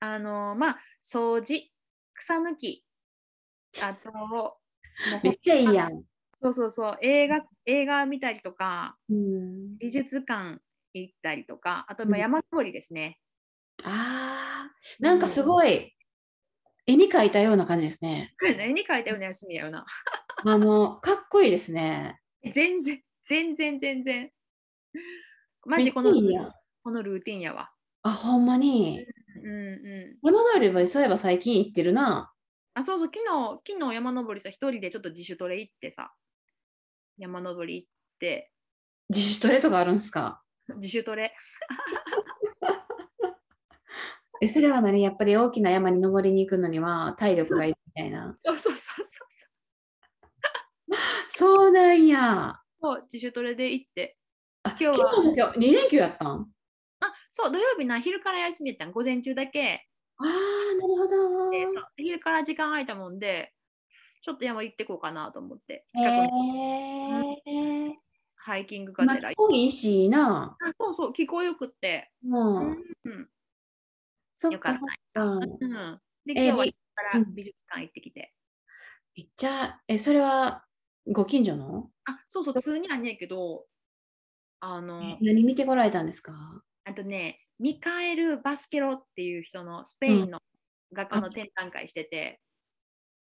[SPEAKER 2] あのー、まあ、掃除、草抜き、あと、もう
[SPEAKER 3] めっちゃいいやん。
[SPEAKER 2] そうそうそう映画映画見たりとか
[SPEAKER 3] うん、
[SPEAKER 2] 美術館行ったりとかあと
[SPEAKER 3] う
[SPEAKER 2] まあ
[SPEAKER 3] ん
[SPEAKER 2] 山登りですね、
[SPEAKER 3] あーなんかすごい、絵に描いたような感じですね。
[SPEAKER 2] 絵に描いたような休みやよな
[SPEAKER 3] あの、かっこいいですね。
[SPEAKER 2] 全然全然全然マジこの
[SPEAKER 3] めっちゃいいやん。
[SPEAKER 2] このルーティンやわ
[SPEAKER 3] あ、ほんまに。
[SPEAKER 2] うんうん
[SPEAKER 3] 山登りはそういえば最近行ってるな。
[SPEAKER 2] あそうそう昨日昨日山登りさ一人でちょっと自主トレ行ってさ山登り行って
[SPEAKER 3] 自主トレとかあるんですか
[SPEAKER 2] 自主トレ。
[SPEAKER 3] えそれは何やっぱり大きな山に登りに行くのには体力がいるみたいな。
[SPEAKER 2] そうそうそうそうそう。
[SPEAKER 3] そうなんや。
[SPEAKER 2] そう自主トレで行って。
[SPEAKER 3] あ
[SPEAKER 2] 今日は
[SPEAKER 3] 今日も今日2連休やったんあ
[SPEAKER 2] あそう土曜日な昼から休みやったん午前中だけ。
[SPEAKER 3] あーなるほ
[SPEAKER 2] で
[SPEAKER 3] ど。
[SPEAKER 2] そう昼から時間空いたもんでちょっと山行ってこうかなと思って近くに
[SPEAKER 3] へえ。
[SPEAKER 2] ハイキングが
[SPEAKER 3] まあ
[SPEAKER 2] てら、
[SPEAKER 3] 遠いしな。
[SPEAKER 2] あそうそう気候よくって。
[SPEAKER 3] もう。
[SPEAKER 2] うん
[SPEAKER 3] そっ
[SPEAKER 2] よか
[SPEAKER 3] か
[SPEAKER 2] っ
[SPEAKER 3] そ
[SPEAKER 2] た
[SPEAKER 3] っか。
[SPEAKER 2] うん、で
[SPEAKER 3] え
[SPEAKER 2] 今日は
[SPEAKER 3] び
[SPEAKER 2] から
[SPEAKER 3] うん
[SPEAKER 2] 美術館行ってきて。
[SPEAKER 3] めっちゃ、え、それはご近所の
[SPEAKER 2] あそうそう通にはねえけどあの
[SPEAKER 3] 何見てこられたんですか
[SPEAKER 2] あとねミカエル・バスケロっていう人のスペインの画家の展覧会してて、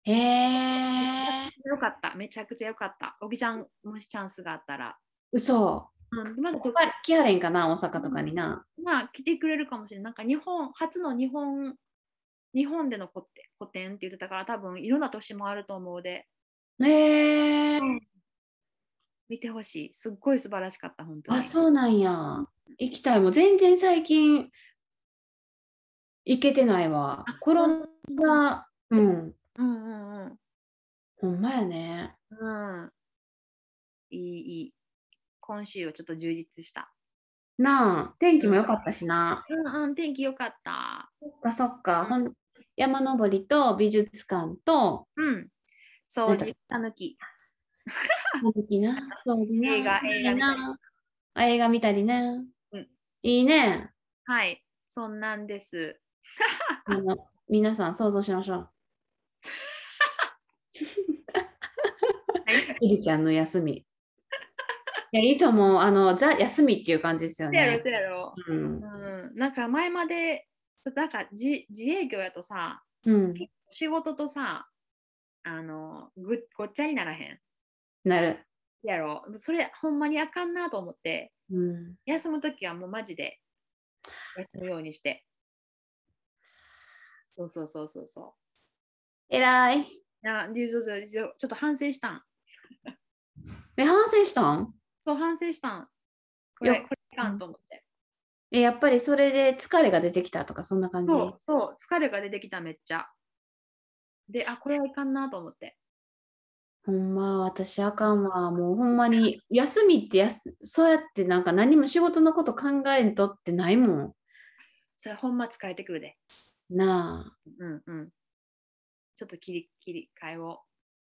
[SPEAKER 3] へえ。
[SPEAKER 2] よかっためちゃくちゃよかったおぎちゃんもしチャンスがあったら、
[SPEAKER 3] 嘘。
[SPEAKER 2] うん、まだ
[SPEAKER 3] ここは来やれんかな、大阪とかにな。
[SPEAKER 2] まあ来てくれるかもしれないなんか日本初の日本日本での個展個展って言ってたから多分いろんな年もあると思うで
[SPEAKER 3] へえ。
[SPEAKER 2] 見てほしいすっごい素晴らしかった本当に
[SPEAKER 3] あ、そうなんや。行きたい。もう全然最近行けてないわ。コロナが、うん。
[SPEAKER 2] うんうんうん
[SPEAKER 3] ほんまやね。
[SPEAKER 2] うん。いい、いい。今週はちょっと充実した。
[SPEAKER 3] なあ、天気も良かったしな。
[SPEAKER 2] うんうん、天気良かった。
[SPEAKER 3] そっかそっか。ほん山登りと美術館と、
[SPEAKER 2] うん。掃除、たぬき。
[SPEAKER 3] 掃除機な。掃除な
[SPEAKER 2] 映画映画見たり
[SPEAKER 3] なあ映画見たりね。
[SPEAKER 2] うん
[SPEAKER 3] いいね。
[SPEAKER 2] はい、そんなんです。
[SPEAKER 3] あの皆さん想像しましょう。 いりちゃんの休 み。いや、いいと思う。あの、ザ休みっていう感じですよ
[SPEAKER 2] せやろ
[SPEAKER 3] ね。
[SPEAKER 2] せやろ。
[SPEAKER 3] うん。
[SPEAKER 2] うん。なんか前まで、なんか自自営業やとさ、
[SPEAKER 3] うん。
[SPEAKER 2] 仕事とさ、あの、ぐごっちゃにならへん。
[SPEAKER 3] なる。
[SPEAKER 2] せやろ。それ、ほんまにあかんなと思って、
[SPEAKER 3] うん。
[SPEAKER 2] 休むときはもうマジで休むようにして。そうそうそうそうそう。
[SPEAKER 3] 偉い。
[SPEAKER 2] あでそうそうそうちょっと反省したん。
[SPEAKER 3] え、反省したん
[SPEAKER 2] そう、反省したん。これ、
[SPEAKER 3] よ
[SPEAKER 2] これいかんと思って。
[SPEAKER 3] え、やっぱりそれで疲れが出てきたとか、そんな感じ。
[SPEAKER 2] そう、そう、疲れが出てきた、めっちゃ。で、あ、これはいかんなと思って。
[SPEAKER 3] ほんま、私あかんわ。もうほんまに、休みってやす、そうやってなんか何も仕事のこと考えんとってないも
[SPEAKER 2] それ、ほんま疲れてくるで。
[SPEAKER 3] ん。なあ。
[SPEAKER 2] うんうん。ちょっと切り切り替えを。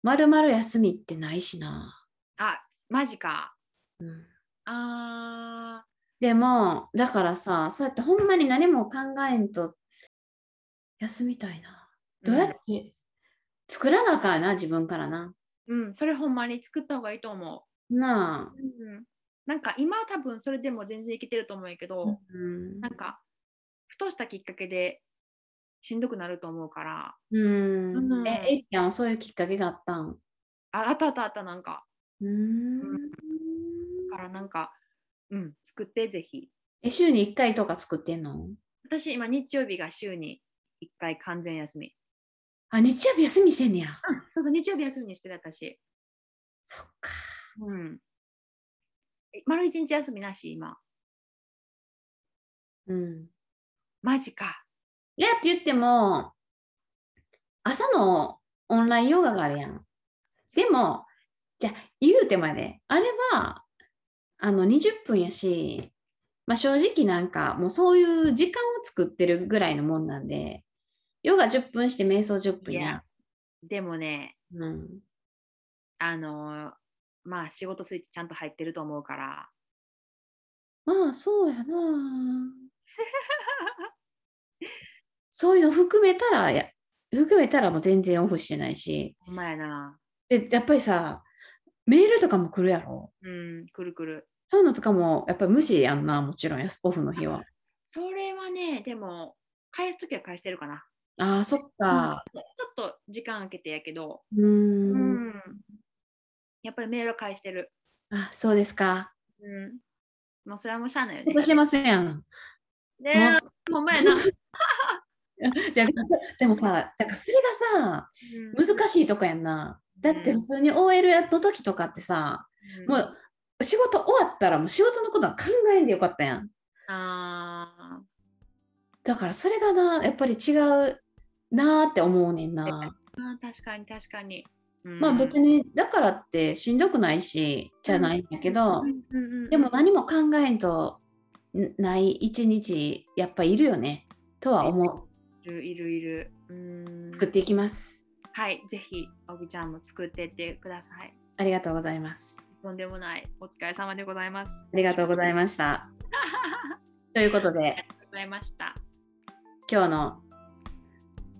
[SPEAKER 3] まるまる休みってないしな。
[SPEAKER 2] あ、マジか。
[SPEAKER 3] うん
[SPEAKER 2] あ
[SPEAKER 3] でも、だからさ、そうやってほんまに何も考えんと休みたいな。
[SPEAKER 2] ー。
[SPEAKER 3] どうやって、作らなあかんやな、自分からな。
[SPEAKER 2] うん、うん、それほんまに作った方がいいと思
[SPEAKER 3] な
[SPEAKER 2] う。うん。なんか今は多分それでも全然いけてると思うんやけど、
[SPEAKER 3] あ。うん
[SPEAKER 2] なんか、ふとしたきっかけでしんどくなると思うから、
[SPEAKER 3] うん
[SPEAKER 2] うん
[SPEAKER 3] え、エリちゃんはそういうきっかけがあったん
[SPEAKER 2] ああったあったあったなんか。
[SPEAKER 3] うん
[SPEAKER 2] だからなんか、うん、作ってぜひ。
[SPEAKER 3] え、週に1回とか作ってんの
[SPEAKER 2] 私今日曜日が週に1回完全休み。
[SPEAKER 3] あ、日曜日休みしてんねや。
[SPEAKER 2] うん、そうそう、日曜日休みにしてる私。
[SPEAKER 3] そっか。
[SPEAKER 2] うん。え丸一日休みなし今。
[SPEAKER 3] うん。
[SPEAKER 2] マジか。
[SPEAKER 3] いやって言っても、朝のオンラインヨガがあるやん。でも、じゃあ言うてまで、あれは、あの、20分やし、まあ、正直なんか、もうそういう時間を作ってるぐらいのもんなんで、ヨガ10分して瞑想10分や。
[SPEAKER 2] でもね、
[SPEAKER 3] うん。
[SPEAKER 2] あのーまあ仕事スイッチちゃんと入ってると思うから、
[SPEAKER 3] まあ、そうやな。そういうの含めたらや、含めたらもう全然オフしてないし。
[SPEAKER 2] ほんまやな。
[SPEAKER 3] でやっぱりさメールとかも来るやろ
[SPEAKER 2] うん、くるくる。
[SPEAKER 3] そういうのとかもやっぱり無視やんなもちろんやすオフの日は
[SPEAKER 2] それはね、でも、返すときは返してるかな。
[SPEAKER 3] あーそっか
[SPEAKER 2] ちょっと時間空けてやけど、
[SPEAKER 3] うーん
[SPEAKER 2] うん、やっぱりメール返してる。
[SPEAKER 3] あそうですか
[SPEAKER 2] うん。もうそれはもうしゃあないよね。
[SPEAKER 3] 私しますやん
[SPEAKER 2] ねえ、ほんまやな。
[SPEAKER 3] じゃ でもさだからそれがさ
[SPEAKER 2] 難
[SPEAKER 3] 難しいとこやんなだって
[SPEAKER 2] う
[SPEAKER 3] 普
[SPEAKER 2] ん
[SPEAKER 3] 通に OL やった時とかってさもう仕事終わったらもう仕事のことは考えんでよかったやん。
[SPEAKER 2] あ
[SPEAKER 3] だからそれがなやっぱり違うなーって思うねんな。
[SPEAKER 2] ーあー確かに確かに。うん
[SPEAKER 3] まあ別にだからってしんどくないしじゃないんだけど、
[SPEAKER 2] うんうんうん
[SPEAKER 3] でも何も考えんとんない一日やっぱいるよねとは思
[SPEAKER 2] いるいるいる。うん
[SPEAKER 3] う。作っていきます。
[SPEAKER 2] はい、ぜひ、おぎちゃんも作ってってください。
[SPEAKER 3] ありがとうございます。
[SPEAKER 2] とんでもない。お疲れ様でございます。
[SPEAKER 3] ありがとうございました。ということで
[SPEAKER 2] ありがとうございました。
[SPEAKER 3] 今日の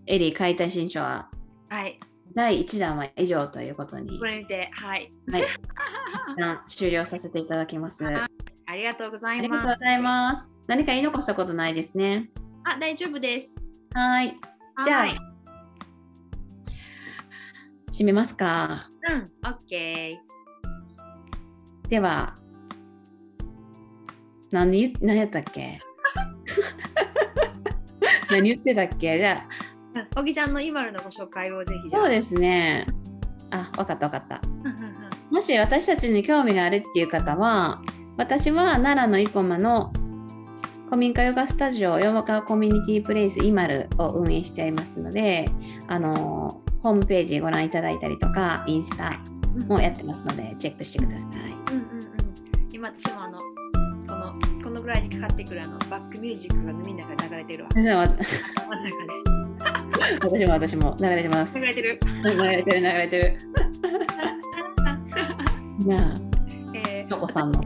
[SPEAKER 3] エリー解体新書は
[SPEAKER 2] はい、
[SPEAKER 3] 第1弾は以上ということに
[SPEAKER 2] これにて、はい、
[SPEAKER 3] はい、一旦終了させていただきます。あ
[SPEAKER 2] ありがとうござい
[SPEAKER 3] りがとう
[SPEAKER 2] ます
[SPEAKER 3] ご。ざいます。何か言い残したことないですね。
[SPEAKER 2] あ、大丈夫です。
[SPEAKER 3] はい。じゃあ
[SPEAKER 2] はい、
[SPEAKER 3] 締めますか。
[SPEAKER 2] うん、オッケ
[SPEAKER 3] では、何言何やったっ け何言ってたっけじゃあ、
[SPEAKER 2] ー。おぎちゃんの今のご紹介をぜひじゃあ。
[SPEAKER 3] そうですね。あ、わかったわかった。
[SPEAKER 2] うんうんうん
[SPEAKER 3] もし私たちに興味があるっていう方は私は奈良の生駒の古民家ヨガスタジオヨガコミュニティプレイスイマルを運営していますのであのホームページご覧いただいたりとかインスタもやってますのでチェックしてく ださい。
[SPEAKER 2] うんうんうん。今私もあの、この、このぐらいにかかってくるあの、バックミュージックが耳の中で流れてるわ。
[SPEAKER 3] 私も
[SPEAKER 2] 頭の中で
[SPEAKER 3] 私も私も流れてます。
[SPEAKER 2] 流れてる。
[SPEAKER 3] 流れてる流れて る。なあ、
[SPEAKER 2] えー
[SPEAKER 3] チョコさんの。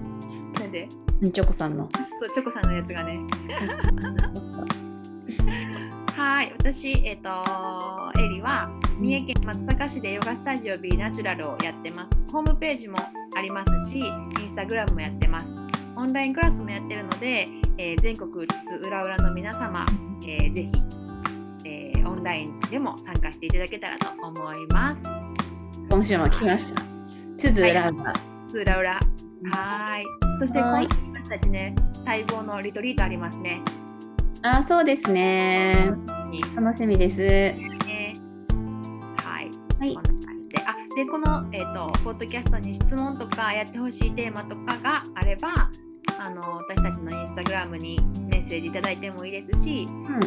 [SPEAKER 2] なんで
[SPEAKER 3] うんチョコさんの。
[SPEAKER 2] そう、チョコさんのやつが ね。はい、私、えっ、と、エリは三重県松阪市でヨガスタジオ B ナチュラルをやってます。ホームページもありますし、インスタグラムもやってます。オンラインクラスもやってるので、えー全国津々浦々の皆様、えーぜひ、えーオンラインでも参加していただけたらと思います。
[SPEAKER 3] 今週も来ました。つづらが。
[SPEAKER 2] 津々浦々。はーい。そして
[SPEAKER 3] はー
[SPEAKER 2] 今
[SPEAKER 3] い
[SPEAKER 2] 週私たちね、待望のリトリートありますね。
[SPEAKER 3] あ、そうですね。
[SPEAKER 2] に
[SPEAKER 3] 楽しみです。
[SPEAKER 2] ね。はい。
[SPEAKER 3] はい
[SPEAKER 2] こんな感じで。あ、で、この、えっ、と、ポッドキャストに質問とか、やってほしいテーマとかがあれば。あの、私たちのインスタグラムにメッセージいただいてもいいですし。
[SPEAKER 3] うん。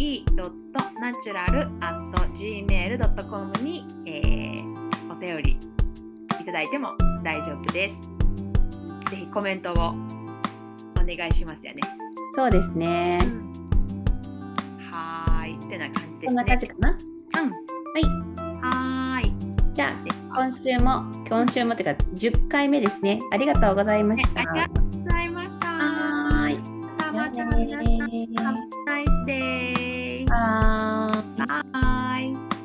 [SPEAKER 2] e. ドットナチュラルアット gmail ドットコムに、えー、お便り。いただいても大丈夫です。ぜひコメントを。お願いしますよね。
[SPEAKER 3] そうですね。
[SPEAKER 2] はーい、ってな感じですね。
[SPEAKER 3] こんな感じかな。
[SPEAKER 2] うん。はい。はーい。
[SPEAKER 3] じゃあ今週も今週もっていうか10回目ですね。ありがとうございました。
[SPEAKER 2] ねありがありがとうございました。
[SPEAKER 3] はーい。
[SPEAKER 2] ま
[SPEAKER 3] じ
[SPEAKER 2] た
[SPEAKER 3] ゃ
[SPEAKER 2] 皆
[SPEAKER 3] あ
[SPEAKER 2] さん、
[SPEAKER 3] ねー
[SPEAKER 2] Have a nice day.
[SPEAKER 3] はーい。
[SPEAKER 2] Bye.